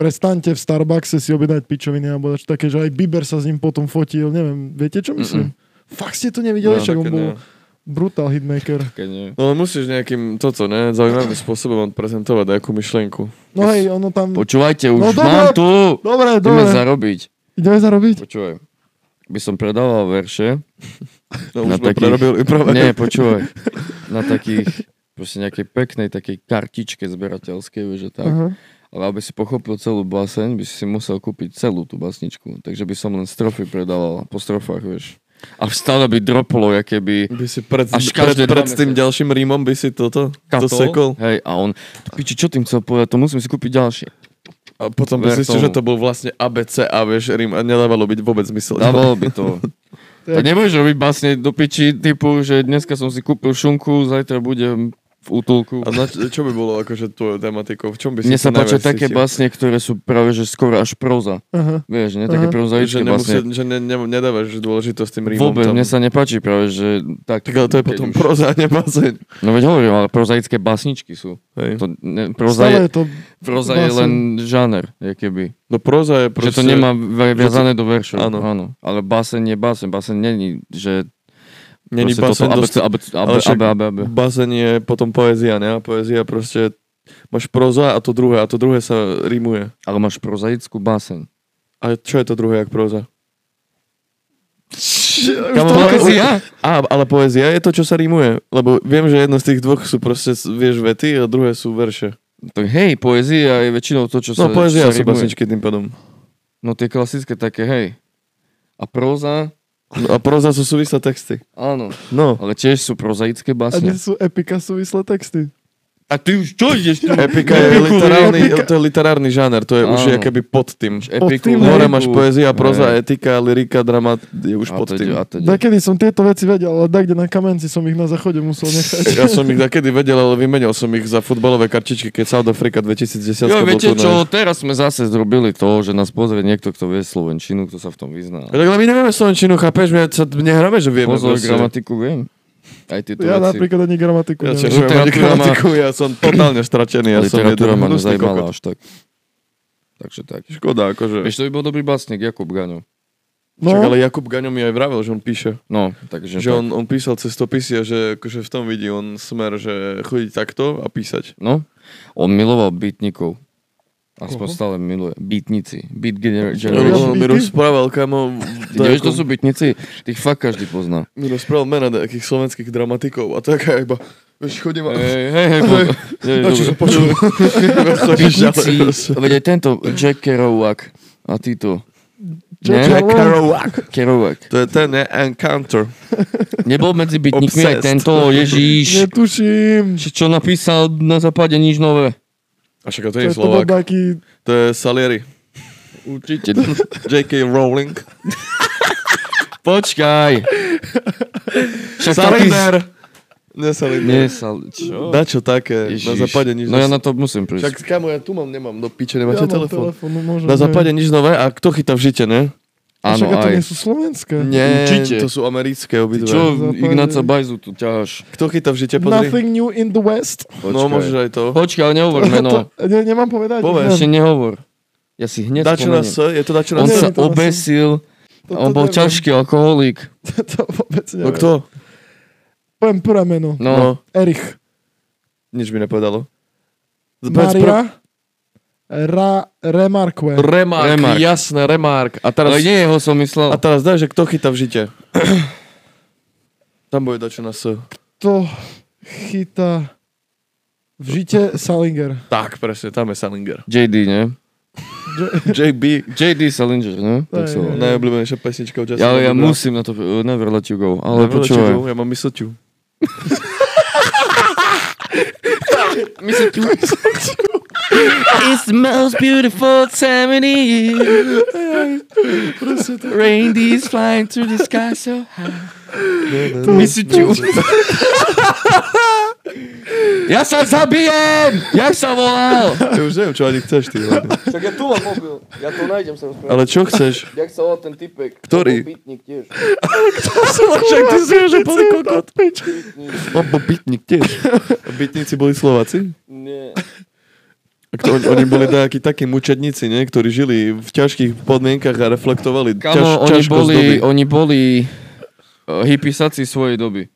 Speaker 2: prestaňte v Starbuckse si objednať pičoviny alebo čo také, že aj Bieber sa s ním potom fotil, neviem, viete čo myslím? Fakt ste to nevideli,
Speaker 3: No,
Speaker 2: však on
Speaker 3: také
Speaker 2: bol
Speaker 3: ne.
Speaker 2: brutál hitmaker.
Speaker 1: Keď nie.
Speaker 3: No ale musíš nejakým toto, ne, zaujímavým spôsobom prezentovať nejakú myšlienku.
Speaker 2: No hej, ono tam...
Speaker 1: Počúvajte,
Speaker 2: No,
Speaker 1: už
Speaker 2: dobre.
Speaker 1: mám tu.
Speaker 2: Dobre,
Speaker 1: Ideme
Speaker 2: dobre,
Speaker 1: zarobiť.
Speaker 2: ideme zarobiť.
Speaker 1: Počúvaj. By som predával verše.
Speaker 3: No
Speaker 1: Na
Speaker 3: už sme
Speaker 1: takých-
Speaker 3: prerobili práve.
Speaker 1: Nie, počúvaj. Na takých, proste nejakej peknej takej kartičke zberateľskej, vieš, že tak.
Speaker 2: Aha.
Speaker 1: Ale aby si pochopil celú baseň, by si si musel kúpiť celú tú basničku. Takže by som len strofy predával po strofách, vieš. A stále by dropolo, aké by
Speaker 3: By si pred,
Speaker 1: Až
Speaker 3: pred,
Speaker 1: každé dva
Speaker 3: pred tým
Speaker 1: mesiace.
Speaker 3: ďalším rímom by si toto to
Speaker 1: katol.
Speaker 3: sekol.
Speaker 1: Hej, a on, "Ty piči, čo tým chcel povedať, to musím si kúpiť ďalšie.
Speaker 3: A potom
Speaker 1: Ver
Speaker 3: by zistil, že
Speaker 1: tomu.
Speaker 3: to bol vlastne ABC a vieš, rím a nedávalo byť vôbec zmysel.
Speaker 1: Dávalo by to. Tak nebudeš robiť basne do piči typu, že dneska som si kúpil šunku, zajtra budem v útulku.
Speaker 3: A na, čo čo by bolo akože tvojou tematikou? V čom by si
Speaker 1: Mne sa
Speaker 3: najviac
Speaker 1: páčia také
Speaker 3: cítil?
Speaker 1: basne, ktoré sú práve že skoro až proza.
Speaker 2: Aha.
Speaker 1: Vieš, nie také
Speaker 2: Aha.
Speaker 1: prozaické
Speaker 3: Že, nemusí,
Speaker 1: basne.
Speaker 3: že ne, ne, nedávaš dôležitosť tým
Speaker 1: vlastne.
Speaker 3: rímom
Speaker 1: Vôbec,
Speaker 3: tam.
Speaker 1: mne sa nepáči práve, že tak...
Speaker 3: Tak ale to je
Speaker 1: keď
Speaker 3: potom
Speaker 1: už-
Speaker 3: proza, a ne bazén.
Speaker 1: No veď hovorím, ale prozaické basničky sú.
Speaker 3: Hej.
Speaker 1: To ne,
Speaker 3: no,
Speaker 1: proza,
Speaker 2: Stále
Speaker 1: je,
Speaker 2: je to...
Speaker 1: proza je
Speaker 2: basen.
Speaker 1: len žáner, je keby.
Speaker 3: No proza je
Speaker 1: Proste, že
Speaker 3: proste... No
Speaker 1: to nemá ve- viazané do veršov. Áno.
Speaker 3: Áno.
Speaker 1: áno. Ale basen je basen. Basen není, že...
Speaker 3: Není
Speaker 1: proste
Speaker 3: bazén
Speaker 1: toto
Speaker 3: dosť...
Speaker 1: ABC, ABC,
Speaker 3: ale však-
Speaker 1: ABC, ABC.
Speaker 3: Bazén je potom poézia, ne? A poézia proste... Máš proza a to druhé, a to druhé sa rímuje.
Speaker 1: Ale máš prozaickú basen.
Speaker 3: A čo je to druhé, jak proza?
Speaker 1: Kamo,
Speaker 3: no,
Speaker 1: poézia?
Speaker 3: Á, ale poézia je to, čo sa rímuje. Lebo viem, že jedno z tých dvoch sú proste, vieš, vety a druhé sú verše.
Speaker 1: To, hej, poézia je väčšinou to, čo sa...
Speaker 3: No poézia
Speaker 1: čo sa
Speaker 3: sú
Speaker 1: rýmuje.
Speaker 3: basničky tým pádom.
Speaker 1: No tie klasické také, hej. A próza,
Speaker 3: No a proza sú súvislé texty.
Speaker 1: áno.
Speaker 3: No.
Speaker 1: Ale tiež sú
Speaker 2: A nie
Speaker 1: prozaické básne.
Speaker 2: sú epika súvislé texty.
Speaker 1: A ty už čo ideš? Tu?
Speaker 3: Epika je
Speaker 2: Epiku,
Speaker 3: literárny,
Speaker 2: epika.
Speaker 3: to je literárny žáner, to je už
Speaker 1: Áno.
Speaker 3: je keby pod tým.
Speaker 2: tým,
Speaker 1: Epiku,
Speaker 2: hej.
Speaker 3: Hore máš poézia, proza, etika, lyrika, drama, je
Speaker 1: už
Speaker 3: už pod tým.
Speaker 1: A teď,
Speaker 2: Dakedy som tieto veci vedel, ale dakde na kamenci som ich na záchode musel nechať.
Speaker 3: Ja som ich takedy vedel, ale vymenil som ich za futbalové kartičky, keď South Africa 2010
Speaker 1: Jo,
Speaker 3: bol
Speaker 1: viete
Speaker 3: turnaj.
Speaker 1: čo, teraz sme zase zrobili to, že nás pozrie niekto, kto vie Slovenčinu, kto sa v tom vyzná.
Speaker 3: Tak ale my nevieme slovenčinu, chápeš? My sa nehráme, že vieme.
Speaker 1: Pozor,
Speaker 3: proste.
Speaker 1: gramatiku viem. Aj tieto
Speaker 2: Ja
Speaker 1: veci.
Speaker 2: napríklad ani gramatiku
Speaker 3: Ja,
Speaker 2: neviem.
Speaker 1: tiež-
Speaker 3: čerujem ani
Speaker 1: Literatúra ma-
Speaker 3: gramatiku, ja som totálne stratený. Ja som
Speaker 1: Literatúra
Speaker 3: jeden
Speaker 1: ma
Speaker 3: hnusný
Speaker 1: nezajímala
Speaker 3: kokot.
Speaker 1: až tak. Takže tak.
Speaker 3: Škoda, akože.
Speaker 1: Vieš, to by bol dobrý básnik, Jakub Gaňo.
Speaker 2: No,
Speaker 3: Však, ale Jakub Gaňo mi aj vravel, že on píše.
Speaker 1: No, takže
Speaker 3: Že
Speaker 1: tak.
Speaker 3: on, on písal cestopisy a že akože v tom vidí on smer, že chodiť takto a písať.
Speaker 1: No, on miloval bytnikov. Aspoň
Speaker 2: Koho?
Speaker 1: stále miluje. Bytnici. Beat gener-
Speaker 2: robí
Speaker 1: generation.
Speaker 3: On mi
Speaker 2: byty?
Speaker 3: rozprával, kamo...
Speaker 1: Ty vieš, to sú bytnici? Tých fakt každý pozná.
Speaker 3: Mi rozprával mena nejakých slovenských dramatikov a tak a iba... Vieš, chodím a...
Speaker 1: Hej, hej, hej, pozná. Hej,
Speaker 3: A čo
Speaker 1: dobre.
Speaker 3: som počul? Chodíš
Speaker 1: Bytnici.
Speaker 3: ďalej.
Speaker 1: Veď aj tento Jack Kerouac a títo.
Speaker 2: Jack
Speaker 1: Ne?
Speaker 2: Kerouac.
Speaker 1: Kerouac.
Speaker 3: To je ten ne, Encounter.
Speaker 1: Nebol medzi bytnikmi aj
Speaker 3: Obsessed.
Speaker 1: tento, ježíš.
Speaker 2: netuším.
Speaker 1: Či- Čo napísal na západe nič nové.
Speaker 3: A však to
Speaker 2: To je
Speaker 3: nie je
Speaker 2: to bol
Speaker 3: Slovák.
Speaker 2: taký...
Speaker 3: To je Salieri.
Speaker 1: Určite.
Speaker 3: J.K. Rowling.
Speaker 1: Počkaj. Však
Speaker 3: Saliner. Ne Saliner.
Speaker 1: Nie, sal... Čo?
Speaker 3: Na čo také? Na západe nič.
Speaker 1: No ja na to musím prísť.
Speaker 3: Však kamo, ja tu mám, nemám do piče,
Speaker 2: Ja
Speaker 3: nemáte
Speaker 2: mám
Speaker 3: telefón.
Speaker 2: telefón, no môžem,
Speaker 3: Na západe nič nové a kto chytá v žite, ne?
Speaker 2: Áno,
Speaker 1: Áno,
Speaker 2: Však a to nie
Speaker 1: aj.
Speaker 2: sú slovenské.
Speaker 3: Nie,
Speaker 1: Určite.
Speaker 3: to sú americké obidve.
Speaker 1: Čo,
Speaker 2: Západe-
Speaker 1: Ignáca Bajzu tu ťaháš?
Speaker 3: Kto chytá v žite, pozri.
Speaker 2: Nothing new in the west.
Speaker 3: No, môžeš aj to.
Speaker 1: Počkaj, ale nehovor meno.
Speaker 2: To, ne, nemám povedať.
Speaker 3: no. Povedz.
Speaker 2: neviem.
Speaker 1: Ešte nehovor. Ja si hneď
Speaker 3: Dačo na
Speaker 1: spomeniem.
Speaker 3: S, je to dačo na
Speaker 1: On
Speaker 2: Nie,
Speaker 3: S.
Speaker 1: sa
Speaker 2: to asi-
Speaker 1: obesil,
Speaker 2: To- to
Speaker 1: on bol
Speaker 2: neviem.
Speaker 1: ťažký alkoholík.
Speaker 2: To vôbec
Speaker 3: No
Speaker 2: neviem.
Speaker 3: kto?
Speaker 2: Poviem prvé meno.
Speaker 1: No,
Speaker 2: Erich.
Speaker 3: Nič mi nepovedalo. Povedz pro-
Speaker 2: Maria. Ra, Remarque.
Speaker 3: Remark,
Speaker 1: Remark.
Speaker 3: jasné, remark. A
Speaker 1: ale
Speaker 3: teraz,
Speaker 1: nie jeho som myslel.
Speaker 3: a teraz daj, že kto chytá v žite. Tam bude dačo na S.
Speaker 2: to chytá v žite Salinger.
Speaker 3: Tak, presne, tam je Salinger.
Speaker 1: JD, ne?
Speaker 3: JB,
Speaker 1: JD Salinger, ne?
Speaker 2: Aj,
Speaker 1: Tak sa volá.
Speaker 2: aj.
Speaker 3: najobľúbenejšia pesnička od Justina
Speaker 1: Ja, ja
Speaker 3: Biebera.
Speaker 1: musím na to, eh, never let you go, ale
Speaker 3: Never let you
Speaker 1: počúvaj.
Speaker 3: go, Ja mám mysleťu.
Speaker 1: It's the most beautiful time of the year. Reindeers flying through the sky so high. Myslíte? Ja sa zabijem! Ja sa volal!
Speaker 3: Ja už neviem, čo ani chceš, ty. hlavne.
Speaker 1: Čak ja tu mám mobil. Ja to nájdem sa rozprávať.
Speaker 3: Ale čo chceš?
Speaker 1: Jak sa volá ten typek?
Speaker 3: Ktorý?
Speaker 1: Bol Bytník tiež.
Speaker 3: Však ty si že boli kokot. On bol No, bytník tiež. A bytníci boli Slováci?
Speaker 1: Nie.
Speaker 3: A kto, oni- oni boli nejakí takí mučedníci, nie? ktorí žili v ťažkých podmienkach a reflektovali ťaž,
Speaker 1: Kamo, oni
Speaker 3: ťažkosť
Speaker 1: boli,
Speaker 3: doby.
Speaker 1: oni boli uh, hippisáci svojej doby.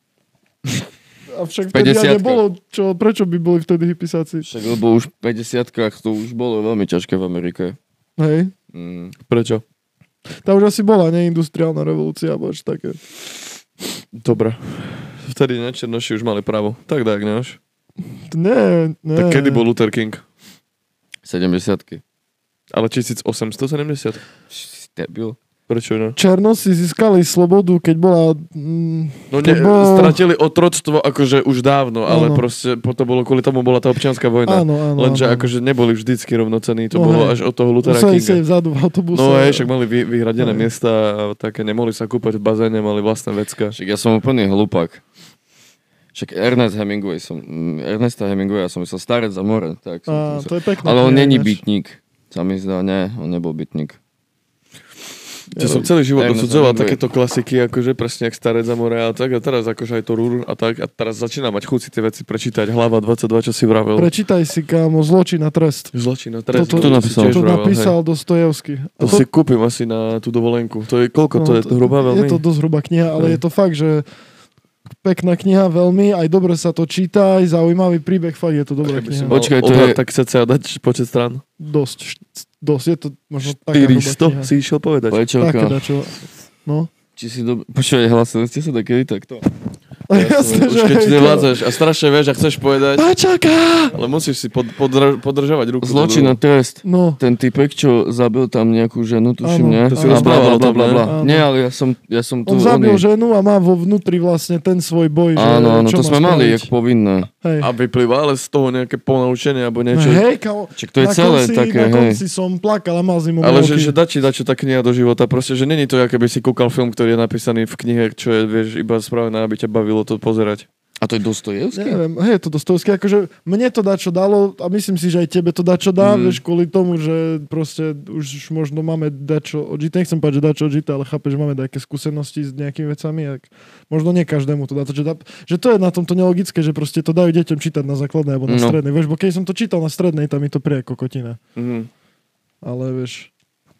Speaker 2: Avšak vtedy aj
Speaker 1: 50-ka.
Speaker 2: nebolo, čo, prečo by boli vtedy hypisáci.
Speaker 1: Však lebo už v 50 to už bolo veľmi ťažké v Amerike.
Speaker 2: Hej.
Speaker 1: Mm.
Speaker 3: Prečo?
Speaker 2: Tá už asi bola, nie? Industriálna revolúcia, alebo čo také.
Speaker 3: Dobre. Vtedy na Černoši už mali právo. Tak dá, ak nemáš.
Speaker 2: To Nie, nie.
Speaker 3: Tak kedy bol Luther King?
Speaker 1: 70
Speaker 3: Ale 1870?
Speaker 1: Si debil.
Speaker 3: Prečo no? ne?
Speaker 2: Černosti získali slobodu, keď bola... Mm,
Speaker 3: No
Speaker 2: To
Speaker 3: ne,
Speaker 2: bol-
Speaker 3: stratili otroctvo akože už dávno, ale
Speaker 2: Áno.
Speaker 3: proste po to bolo, kvôli tomu bola tá občianská vojna.
Speaker 2: áno, áno.
Speaker 3: Teda Lenže
Speaker 2: áno.
Speaker 3: akože neboli vždycky rovnocení, to
Speaker 2: No
Speaker 3: bolo
Speaker 2: hej.
Speaker 3: až od toho Luthera
Speaker 2: Museli si
Speaker 3: Kinga.
Speaker 2: vzadu v autobuse.
Speaker 3: No hej, však mali vy, vyhradené
Speaker 2: Hej.
Speaker 3: miesta a také, nemohli sa kúpať v bazéne, mali vlastné vecka.
Speaker 1: Však ja som úplný hlupák. Však Ernest Hemingway som, mm, Ernesta Hemingwaya som myslel starec za more. Tak som to
Speaker 2: Á,
Speaker 1: myslel.
Speaker 2: to je pekné.
Speaker 1: Ale on
Speaker 2: to je,
Speaker 1: není
Speaker 2: ináč.
Speaker 1: bytník. Sa mi zdá, nie, on nebol bytník.
Speaker 3: Ja som celý život
Speaker 1: Hej, no to
Speaker 3: usudzoval
Speaker 1: nebudem.
Speaker 3: takéto klasiky, akože presne jak Starec za more a tak, a teraz akože aj to Rúr a tak, a teraz začína mať chuť si tie veci prečítať, hlava 22, čo si vravel.
Speaker 2: Prečítaj si, kámo, zločin a trest.
Speaker 3: Zločin a trest.
Speaker 2: Toto-
Speaker 3: si
Speaker 1: Kto napísal?
Speaker 3: tiež
Speaker 2: To
Speaker 3: vravel, hej.
Speaker 2: napísal Dostojevský. A
Speaker 3: To, si kúpim asi na tú dovolenku. To je
Speaker 2: No,
Speaker 3: koľko? to je hruba veľmi?
Speaker 2: Je to dosť hrubá kniha, ale je
Speaker 3: Hej.
Speaker 2: to fakt, že pekná kniha veľmi, aj dobre sa to číta, aj zaujímavý príbeh, fakt je to dobrá
Speaker 3: Keby si
Speaker 2: kniha.
Speaker 3: mal
Speaker 1: Počkaj, to
Speaker 3: odhad,
Speaker 1: je-
Speaker 3: tak sa dať počet strán.
Speaker 2: Dosť, št- dosť, je to možno taká hrubá
Speaker 3: 400
Speaker 2: kniha.
Speaker 3: si išiel povedať.
Speaker 2: Tak
Speaker 1: Počelka,
Speaker 2: teda čo, no.
Speaker 1: či si dobre... Počúvaj, hlasili ste sa takedy takto?
Speaker 2: Jasné,
Speaker 3: Už keď
Speaker 2: hej,
Speaker 3: nevládzaš a strašne vieš a chceš povedať,
Speaker 2: Pačaká!
Speaker 3: ale musíš si pod, podra- podržovať ruku.
Speaker 1: Zločin a trest.
Speaker 2: No,
Speaker 1: Ten typek, čo zabil tam nejakú ženu, tuším,
Speaker 2: Áno,
Speaker 1: ne?
Speaker 2: to si
Speaker 1: A bla, bla,
Speaker 3: rozprával tam,
Speaker 1: bla,
Speaker 3: ne?
Speaker 1: bla.
Speaker 2: Áno.
Speaker 1: Nie, ale ja som, ja som tu...
Speaker 2: on zabil
Speaker 1: oný.
Speaker 2: ženu a má vo vnútri vlastne ten svoj boj, že
Speaker 1: Áno, áno,
Speaker 2: čo
Speaker 1: to
Speaker 2: má
Speaker 1: sme mali,
Speaker 2: spraviť.
Speaker 1: jak povinné.
Speaker 2: Hej.
Speaker 3: A vyplýva ale z toho nejaké ponaučenie alebo
Speaker 2: No
Speaker 3: niečo.
Speaker 2: Hej, kao,
Speaker 1: Čiže to je
Speaker 2: na
Speaker 1: celé
Speaker 2: konci,
Speaker 1: také,
Speaker 2: na
Speaker 1: hej.
Speaker 2: konci som plakal a mal zimom
Speaker 3: Ale že, že dačí dačo tá kniha do života, proste, že není to, ako keby si kúkal film, ktorý je napísaný v knihe, čo je, vieš, iba spravené, aby ťa bavilo to pozerať.
Speaker 1: A A to je Dostojevský?
Speaker 2: Neviem, hej, je to Dostojevský, akože mne to dá čo dalo a myslím si, že aj tebe to dá čo
Speaker 1: Mhm.
Speaker 2: dá, mm. vieš, kvôli tomu, že proste už možno máme dačo odžité, nechcem povedať, že dačo odžité, ale chápeš, že máme nejaké skúsenosti s nejakými vecami, ak možno nie každému to dá to, čo dá, že to je na tomto nelogické, že proste to dajú deťom čítať na základnej alebo na
Speaker 1: No.
Speaker 2: no. strednej, vieš, bo keď som to čítal na strednej, tam mi to prie ako kotina,
Speaker 3: Mhm.
Speaker 2: ale vieš,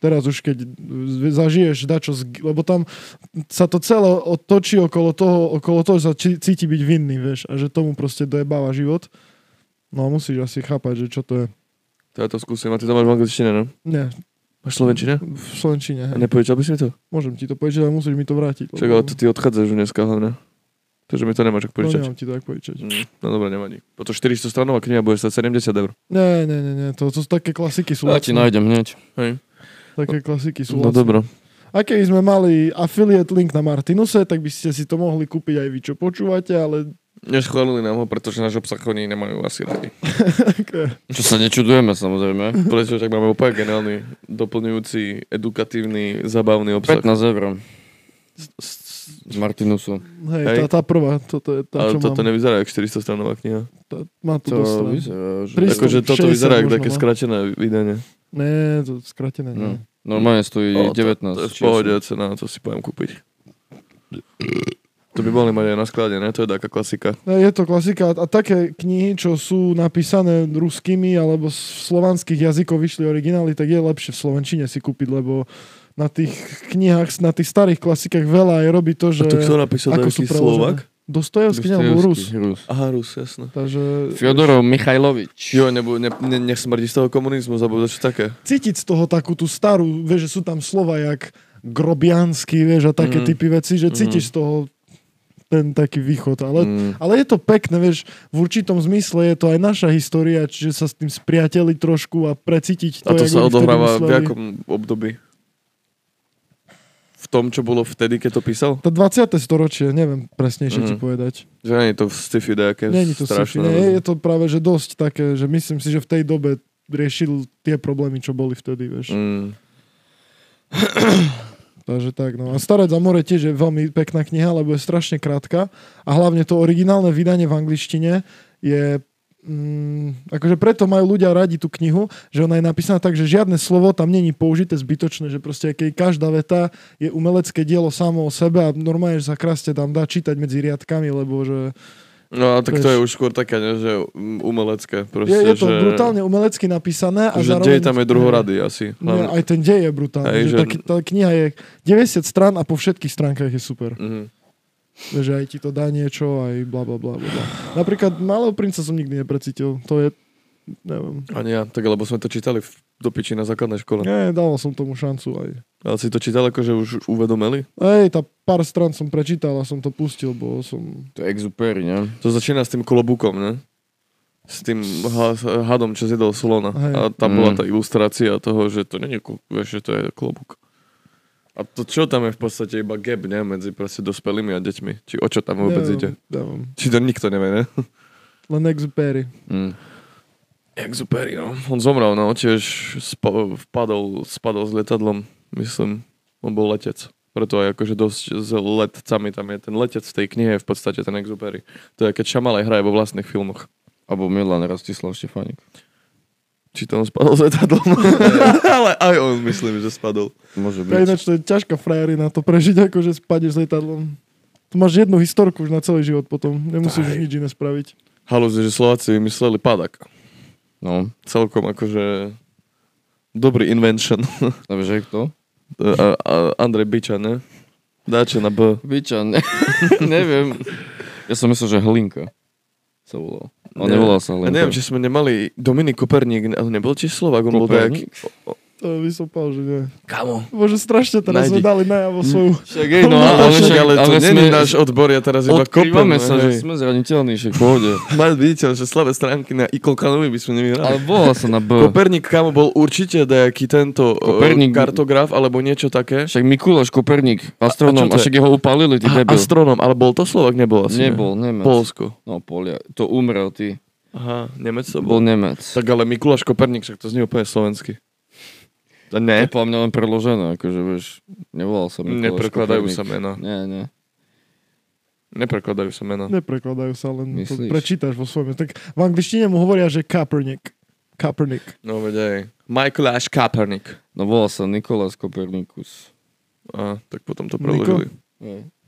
Speaker 2: teraz už keď z- zažiješ dačo, z- lebo tam sa to celé otočí okolo toho, okolo toho, že sa či- cíti byť vinný, vieš, a že tomu proste dojebáva život. No a musíš asi chápať, že čo to je.
Speaker 3: To ja to skúsim. A ty to máš v angličtine, no?
Speaker 2: Nie,
Speaker 3: Máš slovenčine?
Speaker 2: v Slovenčine,
Speaker 3: A
Speaker 2: hej.
Speaker 3: nepovedal by si mi to?
Speaker 2: Môžem ti to povedať, ale musíš mi to vrátiť.
Speaker 3: Však, ale to ty odchádzaš už dneska hlavne. Takže mi to nemáš ak
Speaker 2: no,
Speaker 3: požičať.
Speaker 2: nemám ti to tak požičať.
Speaker 3: Mm, No dobre, nevadí. Potom 400 stranová kniha bude stať 70 eur.
Speaker 2: Nie, nie, nie, nie, to, to sú také klasiky sú
Speaker 1: Ja ti
Speaker 2: lacné.
Speaker 1: nájdem hneď.
Speaker 3: Hej.
Speaker 2: Také klasiky sú
Speaker 3: No
Speaker 2: lacné.
Speaker 3: dobro.
Speaker 2: A keby sme mali affiliate link na Martinuse, tak by ste si to mohli kúpiť aj vy, čo počúvate, ale...
Speaker 3: Neschválili nám ho, pretože náš obsah oni nemajú asi radi.
Speaker 1: Čo sa nečudujeme, samozrejme.
Speaker 3: Prečo tak máme úplne geniálny, doplňujúci, edukatívny, zabavný obsah.
Speaker 1: 15 eur z Martinusu.
Speaker 2: Hej,
Speaker 3: Hej.
Speaker 2: Tá, tá prvá, toto je tá,
Speaker 3: Ale
Speaker 2: čo mám.
Speaker 3: toto nevyzerá jak 400 stranová kniha.
Speaker 2: Tá, má to, to dosť.
Speaker 1: To
Speaker 2: len.
Speaker 1: vyzerá, že...
Speaker 2: Tristo.
Speaker 3: Akože toto
Speaker 2: 60
Speaker 3: vyzerá ako
Speaker 2: možno
Speaker 3: také
Speaker 2: má.
Speaker 3: skratené vydanie.
Speaker 2: Ne, to skratené,
Speaker 1: No.
Speaker 2: no.
Speaker 1: Normálne stojí
Speaker 3: O, to-
Speaker 1: 19.
Speaker 3: To je v
Speaker 1: čiže
Speaker 3: pohode, cena, to si poviem kúpiť. To by mohli mať aj na sklade, ne? To je taká klasika.
Speaker 2: Ne, No, Je to klasika. A také knihy, čo sú napísané ruskými alebo z slovanských jazykov vyšli originály, tak je lepšie v Slovenčine si kúpiť, lebo na tých knihách, na tých starých klasikách veľa aj robí to, že...
Speaker 3: A to kto napísal
Speaker 2: ako sú
Speaker 3: taký
Speaker 2: preložené.
Speaker 3: Slovak?
Speaker 2: Dostojevský,
Speaker 1: Dostojevský,
Speaker 2: alebo Rus.
Speaker 1: Rus.
Speaker 3: Aha, Rus, jasno.
Speaker 2: Takže
Speaker 1: Fyodorov Michajlovič.
Speaker 3: Jo, nebo, ne, ne, nech smrdí z toho komunizmu, zabudol čo také.
Speaker 2: cítiť z toho takú tú starú, vieš, že sú tam slova jak grobiansky, vieš, a také
Speaker 3: Mhm.
Speaker 2: typy veci, že cítiš z toho ten taký východ, ale
Speaker 3: Mm.
Speaker 2: Ale je to pekné, vieš, v určitom zmysle je to aj naša história, čiže sa s tým spriateli trošku a precítiť to,
Speaker 3: A to
Speaker 2: jak oni
Speaker 3: sa
Speaker 2: vtedy
Speaker 3: odohráva v
Speaker 2: mysleli.
Speaker 3: akom období? V tom, čo bolo vtedy, keď to písal?
Speaker 2: To 20. storočie, neviem presnejšie
Speaker 3: Mhm.
Speaker 2: ti povedať.
Speaker 3: Že nie je to v sci-fi nejaké
Speaker 2: Není to sci-fi,
Speaker 3: strašné. no.
Speaker 2: nie, je to práve, že dosť také, že myslím si, že v tej dobe riešil tie problémy, čo boli vtedy, vieš.
Speaker 3: Mm.
Speaker 2: Takže tak, no. A Starec za more tiež je veľmi pekná kniha, lebo je strašne krátka a hlavne to originálne vydanie v angličtine je Mm, akože preto majú ľudia radi tú knihu, že ona je napísaná tak, že žiadne slovo tam není použité zbytočné, že proste keď každá veta je umelecké dielo samo o sebe a normálne, že sa krásne tam dá čítať medzi riadkami, lebo že
Speaker 3: No a tak to
Speaker 2: Vieš.
Speaker 3: je už skôr také, ne, že um, umelecké. Proste,
Speaker 2: je, je to
Speaker 3: že,
Speaker 2: brutálne umelecky napísané a
Speaker 3: že
Speaker 2: zároveň...
Speaker 3: dej tam je druhorady asi.
Speaker 2: Nie, aj ten dej je brutálny. Aj,
Speaker 3: Hej,
Speaker 2: že...
Speaker 3: že-
Speaker 2: Tá, ki- tá kniha je 90 strán a po všetkých stránkach je super.
Speaker 3: Mhm.
Speaker 2: že aj ti to dá niečo, aj bla bla bla bla. bla. Napríklad Malého princa som nikdy neprecítil, to je, neviem.
Speaker 3: A nie, tak lebo sme to čítali v, do piči na základnej škole.
Speaker 2: Nie, dával som tomu šancu aj.
Speaker 3: Ale si to čítal ako, že už uvedomeli?
Speaker 2: Ej, tá pár strán som prečítal a som to pustil, bo som...
Speaker 1: To je Exupery, ne?
Speaker 3: To začína s tým klobúkom, ne? S tým ha- hadom, čo zjedol Solona.
Speaker 2: Hej.
Speaker 3: A tam
Speaker 1: Mm.
Speaker 3: bola tá ilustrácia toho, že to nie je, ku- vieš, že to je klobúk. A to čo tam je v podstate iba gap, ne? Medzi proste dospelými a deťmi. Či o čo tam vôbec ide?
Speaker 2: neviem, neviem.
Speaker 3: Či to nikto nevie, ne?
Speaker 2: Len Exupery.
Speaker 3: Hm.
Speaker 1: Mm.
Speaker 3: Exupery, no. On zomrel, no. Tiež spa- vpadol, spadol s lietadlom, myslím. On bol letec. Preto aj akože dosť s letcami tam je. Ten letec v tej knihe je v podstate ten Exupery. To je, keď Šamalaj hraje vo vlastných filmoch.
Speaker 1: Alebo Milan Rastislav Štefánik.
Speaker 3: Či to on spadol z letadlom? Ale aj on myslím, že spadol.
Speaker 1: Môže
Speaker 2: To je
Speaker 1: byť.
Speaker 2: ináč, to je ťažká frajerina to prežiť, ako že spadneš s lietadlom. Tu máš jednu historku už na celý život potom. Nemusíš už nič iné spraviť.
Speaker 3: Halus, že Slováci vymysleli padak.
Speaker 1: No.
Speaker 3: Celkom akože dobrý invention.
Speaker 1: A vieš, jak to?
Speaker 3: A- a- Andrej Biča, ne? Dáče na B.
Speaker 1: Byča, ne, neviem. Ja som myslel, že Hlinka sa volal. Ale
Speaker 3: Ne.
Speaker 1: nevolal sa
Speaker 3: Ja
Speaker 1: Hlinka.
Speaker 3: neviem, či sme nemali Dominik Koperník, ale nebol tiež Slovak, on bol
Speaker 1: Koperník?
Speaker 3: tak...
Speaker 2: To by som povedal, že nie.
Speaker 3: Kamo,
Speaker 2: Bože, strašne teraz
Speaker 3: Nájdi.
Speaker 2: sme dali najavo
Speaker 3: Mm.
Speaker 2: svoju...
Speaker 1: Však hej, no,
Speaker 3: ale,
Speaker 1: ale, však,
Speaker 3: ale, to
Speaker 1: ale
Speaker 3: není
Speaker 1: sme,
Speaker 3: náš odbor, ja teraz iba no, kopem.
Speaker 1: odkrývame sa, že sme zraniteľní, však v pohode.
Speaker 3: Mať vidíte, že slabé stránky na Ikolkanovi by sme
Speaker 1: Ale
Speaker 3: nevyhrali.
Speaker 1: volal sa na B.
Speaker 3: Koperník, kámo, bol určite nejaký tento Koperník...
Speaker 1: Koperník-
Speaker 3: kartograf alebo niečo také.
Speaker 1: Však Mikuláš Koperník, astronóm, a,
Speaker 3: A čo to je?
Speaker 1: však jeho upálili, ty
Speaker 3: A,
Speaker 1: debil.
Speaker 3: astronóm, ale bol to Slovak? Nebol
Speaker 2: Vlastne,
Speaker 3: asi. ne?
Speaker 1: Nebol, Nemec.
Speaker 3: Polsko.
Speaker 1: No, Polia. To umrel, ty.
Speaker 3: Aha, Nemec to
Speaker 1: Bol
Speaker 3: bol.
Speaker 1: Nemec.
Speaker 3: Tak ale Mikuláš Koperník, však to znie úplne slovensky.
Speaker 1: To
Speaker 3: A ne,
Speaker 1: je podľa mňa len preložené, akože vieš, nevolal som Mikuláš
Speaker 3: neprekladajú
Speaker 1: Koperník.
Speaker 3: sa mená.
Speaker 1: Nie, nie.
Speaker 3: Neprekladajú sa mená.
Speaker 2: Neprekladajú sa, len
Speaker 1: No.
Speaker 2: to
Speaker 1: Myslíš?
Speaker 2: prečítaš vo svojom. Tak v angličtine mu hovoria, že Kaepernick. Kaepernick.
Speaker 3: No veď aj. Michael Ash Kaepernick.
Speaker 1: No volá sa Nikolás Kopernikus.
Speaker 3: A tak potom to
Speaker 2: Niko?
Speaker 3: preložili.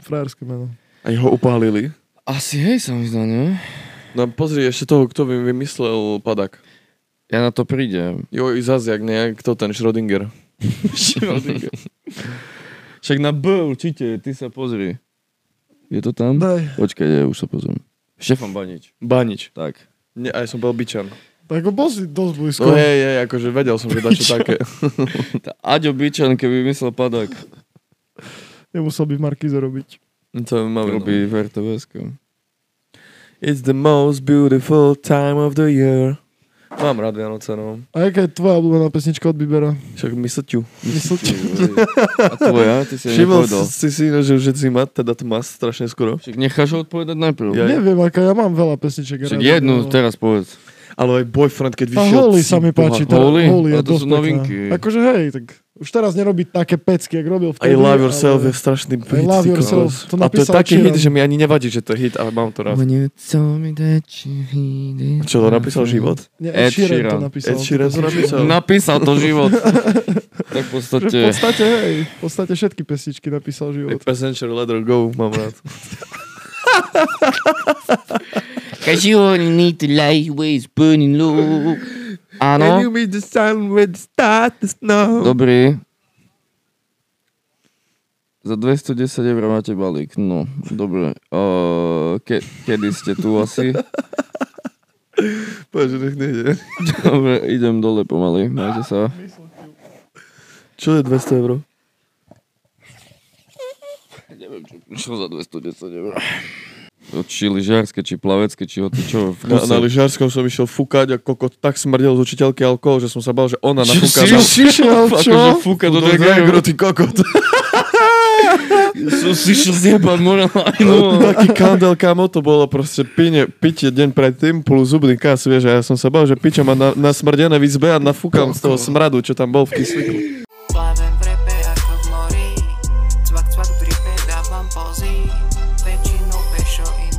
Speaker 2: Frajerské meno.
Speaker 3: A ho upálili.
Speaker 1: Asi hej sa mi zdá, nie?
Speaker 3: No a pozri ešte toho, kto by vymyslel padak.
Speaker 1: Ja na to prídem.
Speaker 3: Jo, i zás jak nie, kto ten Schrödinger. Schrödinger.
Speaker 1: Však na B určite, ty sa pozri. Je to tam?
Speaker 2: Daj.
Speaker 1: Počkaj, ja už sa pozriem. Štefan Banič.
Speaker 3: Banič.
Speaker 1: Tak.
Speaker 3: Nie, aj som bol Bičan.
Speaker 2: Tak ho bol si dosť blízko.
Speaker 3: No hej, hej, akože vedel som, že dačo také.
Speaker 1: Tá Aďo Byčan, keby myslel padák,
Speaker 2: Nemusel by v Markize robiť.
Speaker 3: To máme. no.
Speaker 1: robí v RTVS.
Speaker 3: It's the most beautiful time of the year. Mám rád Vianoce, no.
Speaker 2: A jaká je tvoja obľúbená pesnička od Bibera?
Speaker 3: Však mysleťu.
Speaker 1: A tvoja? Ty si Všimol
Speaker 3: Všimol
Speaker 1: nepovedal.
Speaker 3: si si, že už je zima, teda to má strašne skoro.
Speaker 1: Však necháš ho odpovedať najprv.
Speaker 3: Ja-
Speaker 2: Neviem, aká ja mám veľa pesniček.
Speaker 1: Však
Speaker 2: rád. No.
Speaker 1: jednu teraz povedz.
Speaker 3: Ale aj boyfriend, keď
Speaker 2: Tá
Speaker 3: vyšiel...
Speaker 2: Holy
Speaker 3: si
Speaker 2: sa mi
Speaker 3: boha.
Speaker 2: páči. Tá,
Speaker 1: Holy?
Speaker 2: Holy je
Speaker 1: A to
Speaker 2: dosť
Speaker 1: sú
Speaker 2: pekná.
Speaker 1: novinky.
Speaker 2: Akože hej, tak už teraz nerobí také pecky, jak robil
Speaker 3: I
Speaker 2: vtedy.
Speaker 3: love yourself je
Speaker 2: ale...
Speaker 3: strašný hit.
Speaker 2: Love
Speaker 3: ty
Speaker 2: Yourself,
Speaker 3: kokos.
Speaker 2: to
Speaker 3: a to je
Speaker 2: napísal
Speaker 3: taký
Speaker 2: Sheeran.
Speaker 3: hit, že mi ani nevadí, že to je hit, ale mám to rád.
Speaker 1: When you told me that you needed-
Speaker 3: Čo to napísal život?
Speaker 2: Nie, Ed
Speaker 1: Ed
Speaker 2: Sheeran to
Speaker 1: Sheeran.
Speaker 2: napísal.
Speaker 3: Ed Sheeran to napísal.
Speaker 1: Napísal to život.
Speaker 2: Že
Speaker 1: tak v
Speaker 2: v
Speaker 1: podstate...
Speaker 2: podstate, hej, v podstate všetky pesničky napísal život.
Speaker 3: Passenger Let Her Go, mám rád.
Speaker 1: Cause you only need to lie ways burning low. Áno,
Speaker 3: meet the sun with the start the snow.
Speaker 1: dobrý. Za 210 eur máte balík, no, dobre. Uh, ke- kedy ste tu asi?
Speaker 3: Povedz, že nech nejde.
Speaker 1: Dobre, idem dole pomaly, majte sa.
Speaker 3: Čo je 200 eur?
Speaker 1: Čo za 210 eur? To Či lyžiarske, či plavecké, či ho čo v
Speaker 3: Na,
Speaker 1: kuse.
Speaker 3: na lyžiarskom som išiel fúkať a koko tak smrdel z učiteľky alkohol, že som sa bal, že ona
Speaker 1: Čo
Speaker 3: nafúka.
Speaker 1: si
Speaker 3: na-
Speaker 2: Šišiel, čo?
Speaker 1: Akože fúka do
Speaker 3: Gregru,
Speaker 1: dragajru.
Speaker 3: ty kokot.
Speaker 1: Som si šiel zjebať morálne. no.
Speaker 3: Taký kandel, kamo, to bolo proste pine, pitie deň predtým, plus zubný kas, vieš, a ja som sa bal, že piča ma na, na smrdené v izbe a nafúkam z toho smradu, čo tam bol v kyslíku.
Speaker 8: Plavem v repe ako v mori Cvak, cvak v dripe dávam pozy Väčšinou pešo i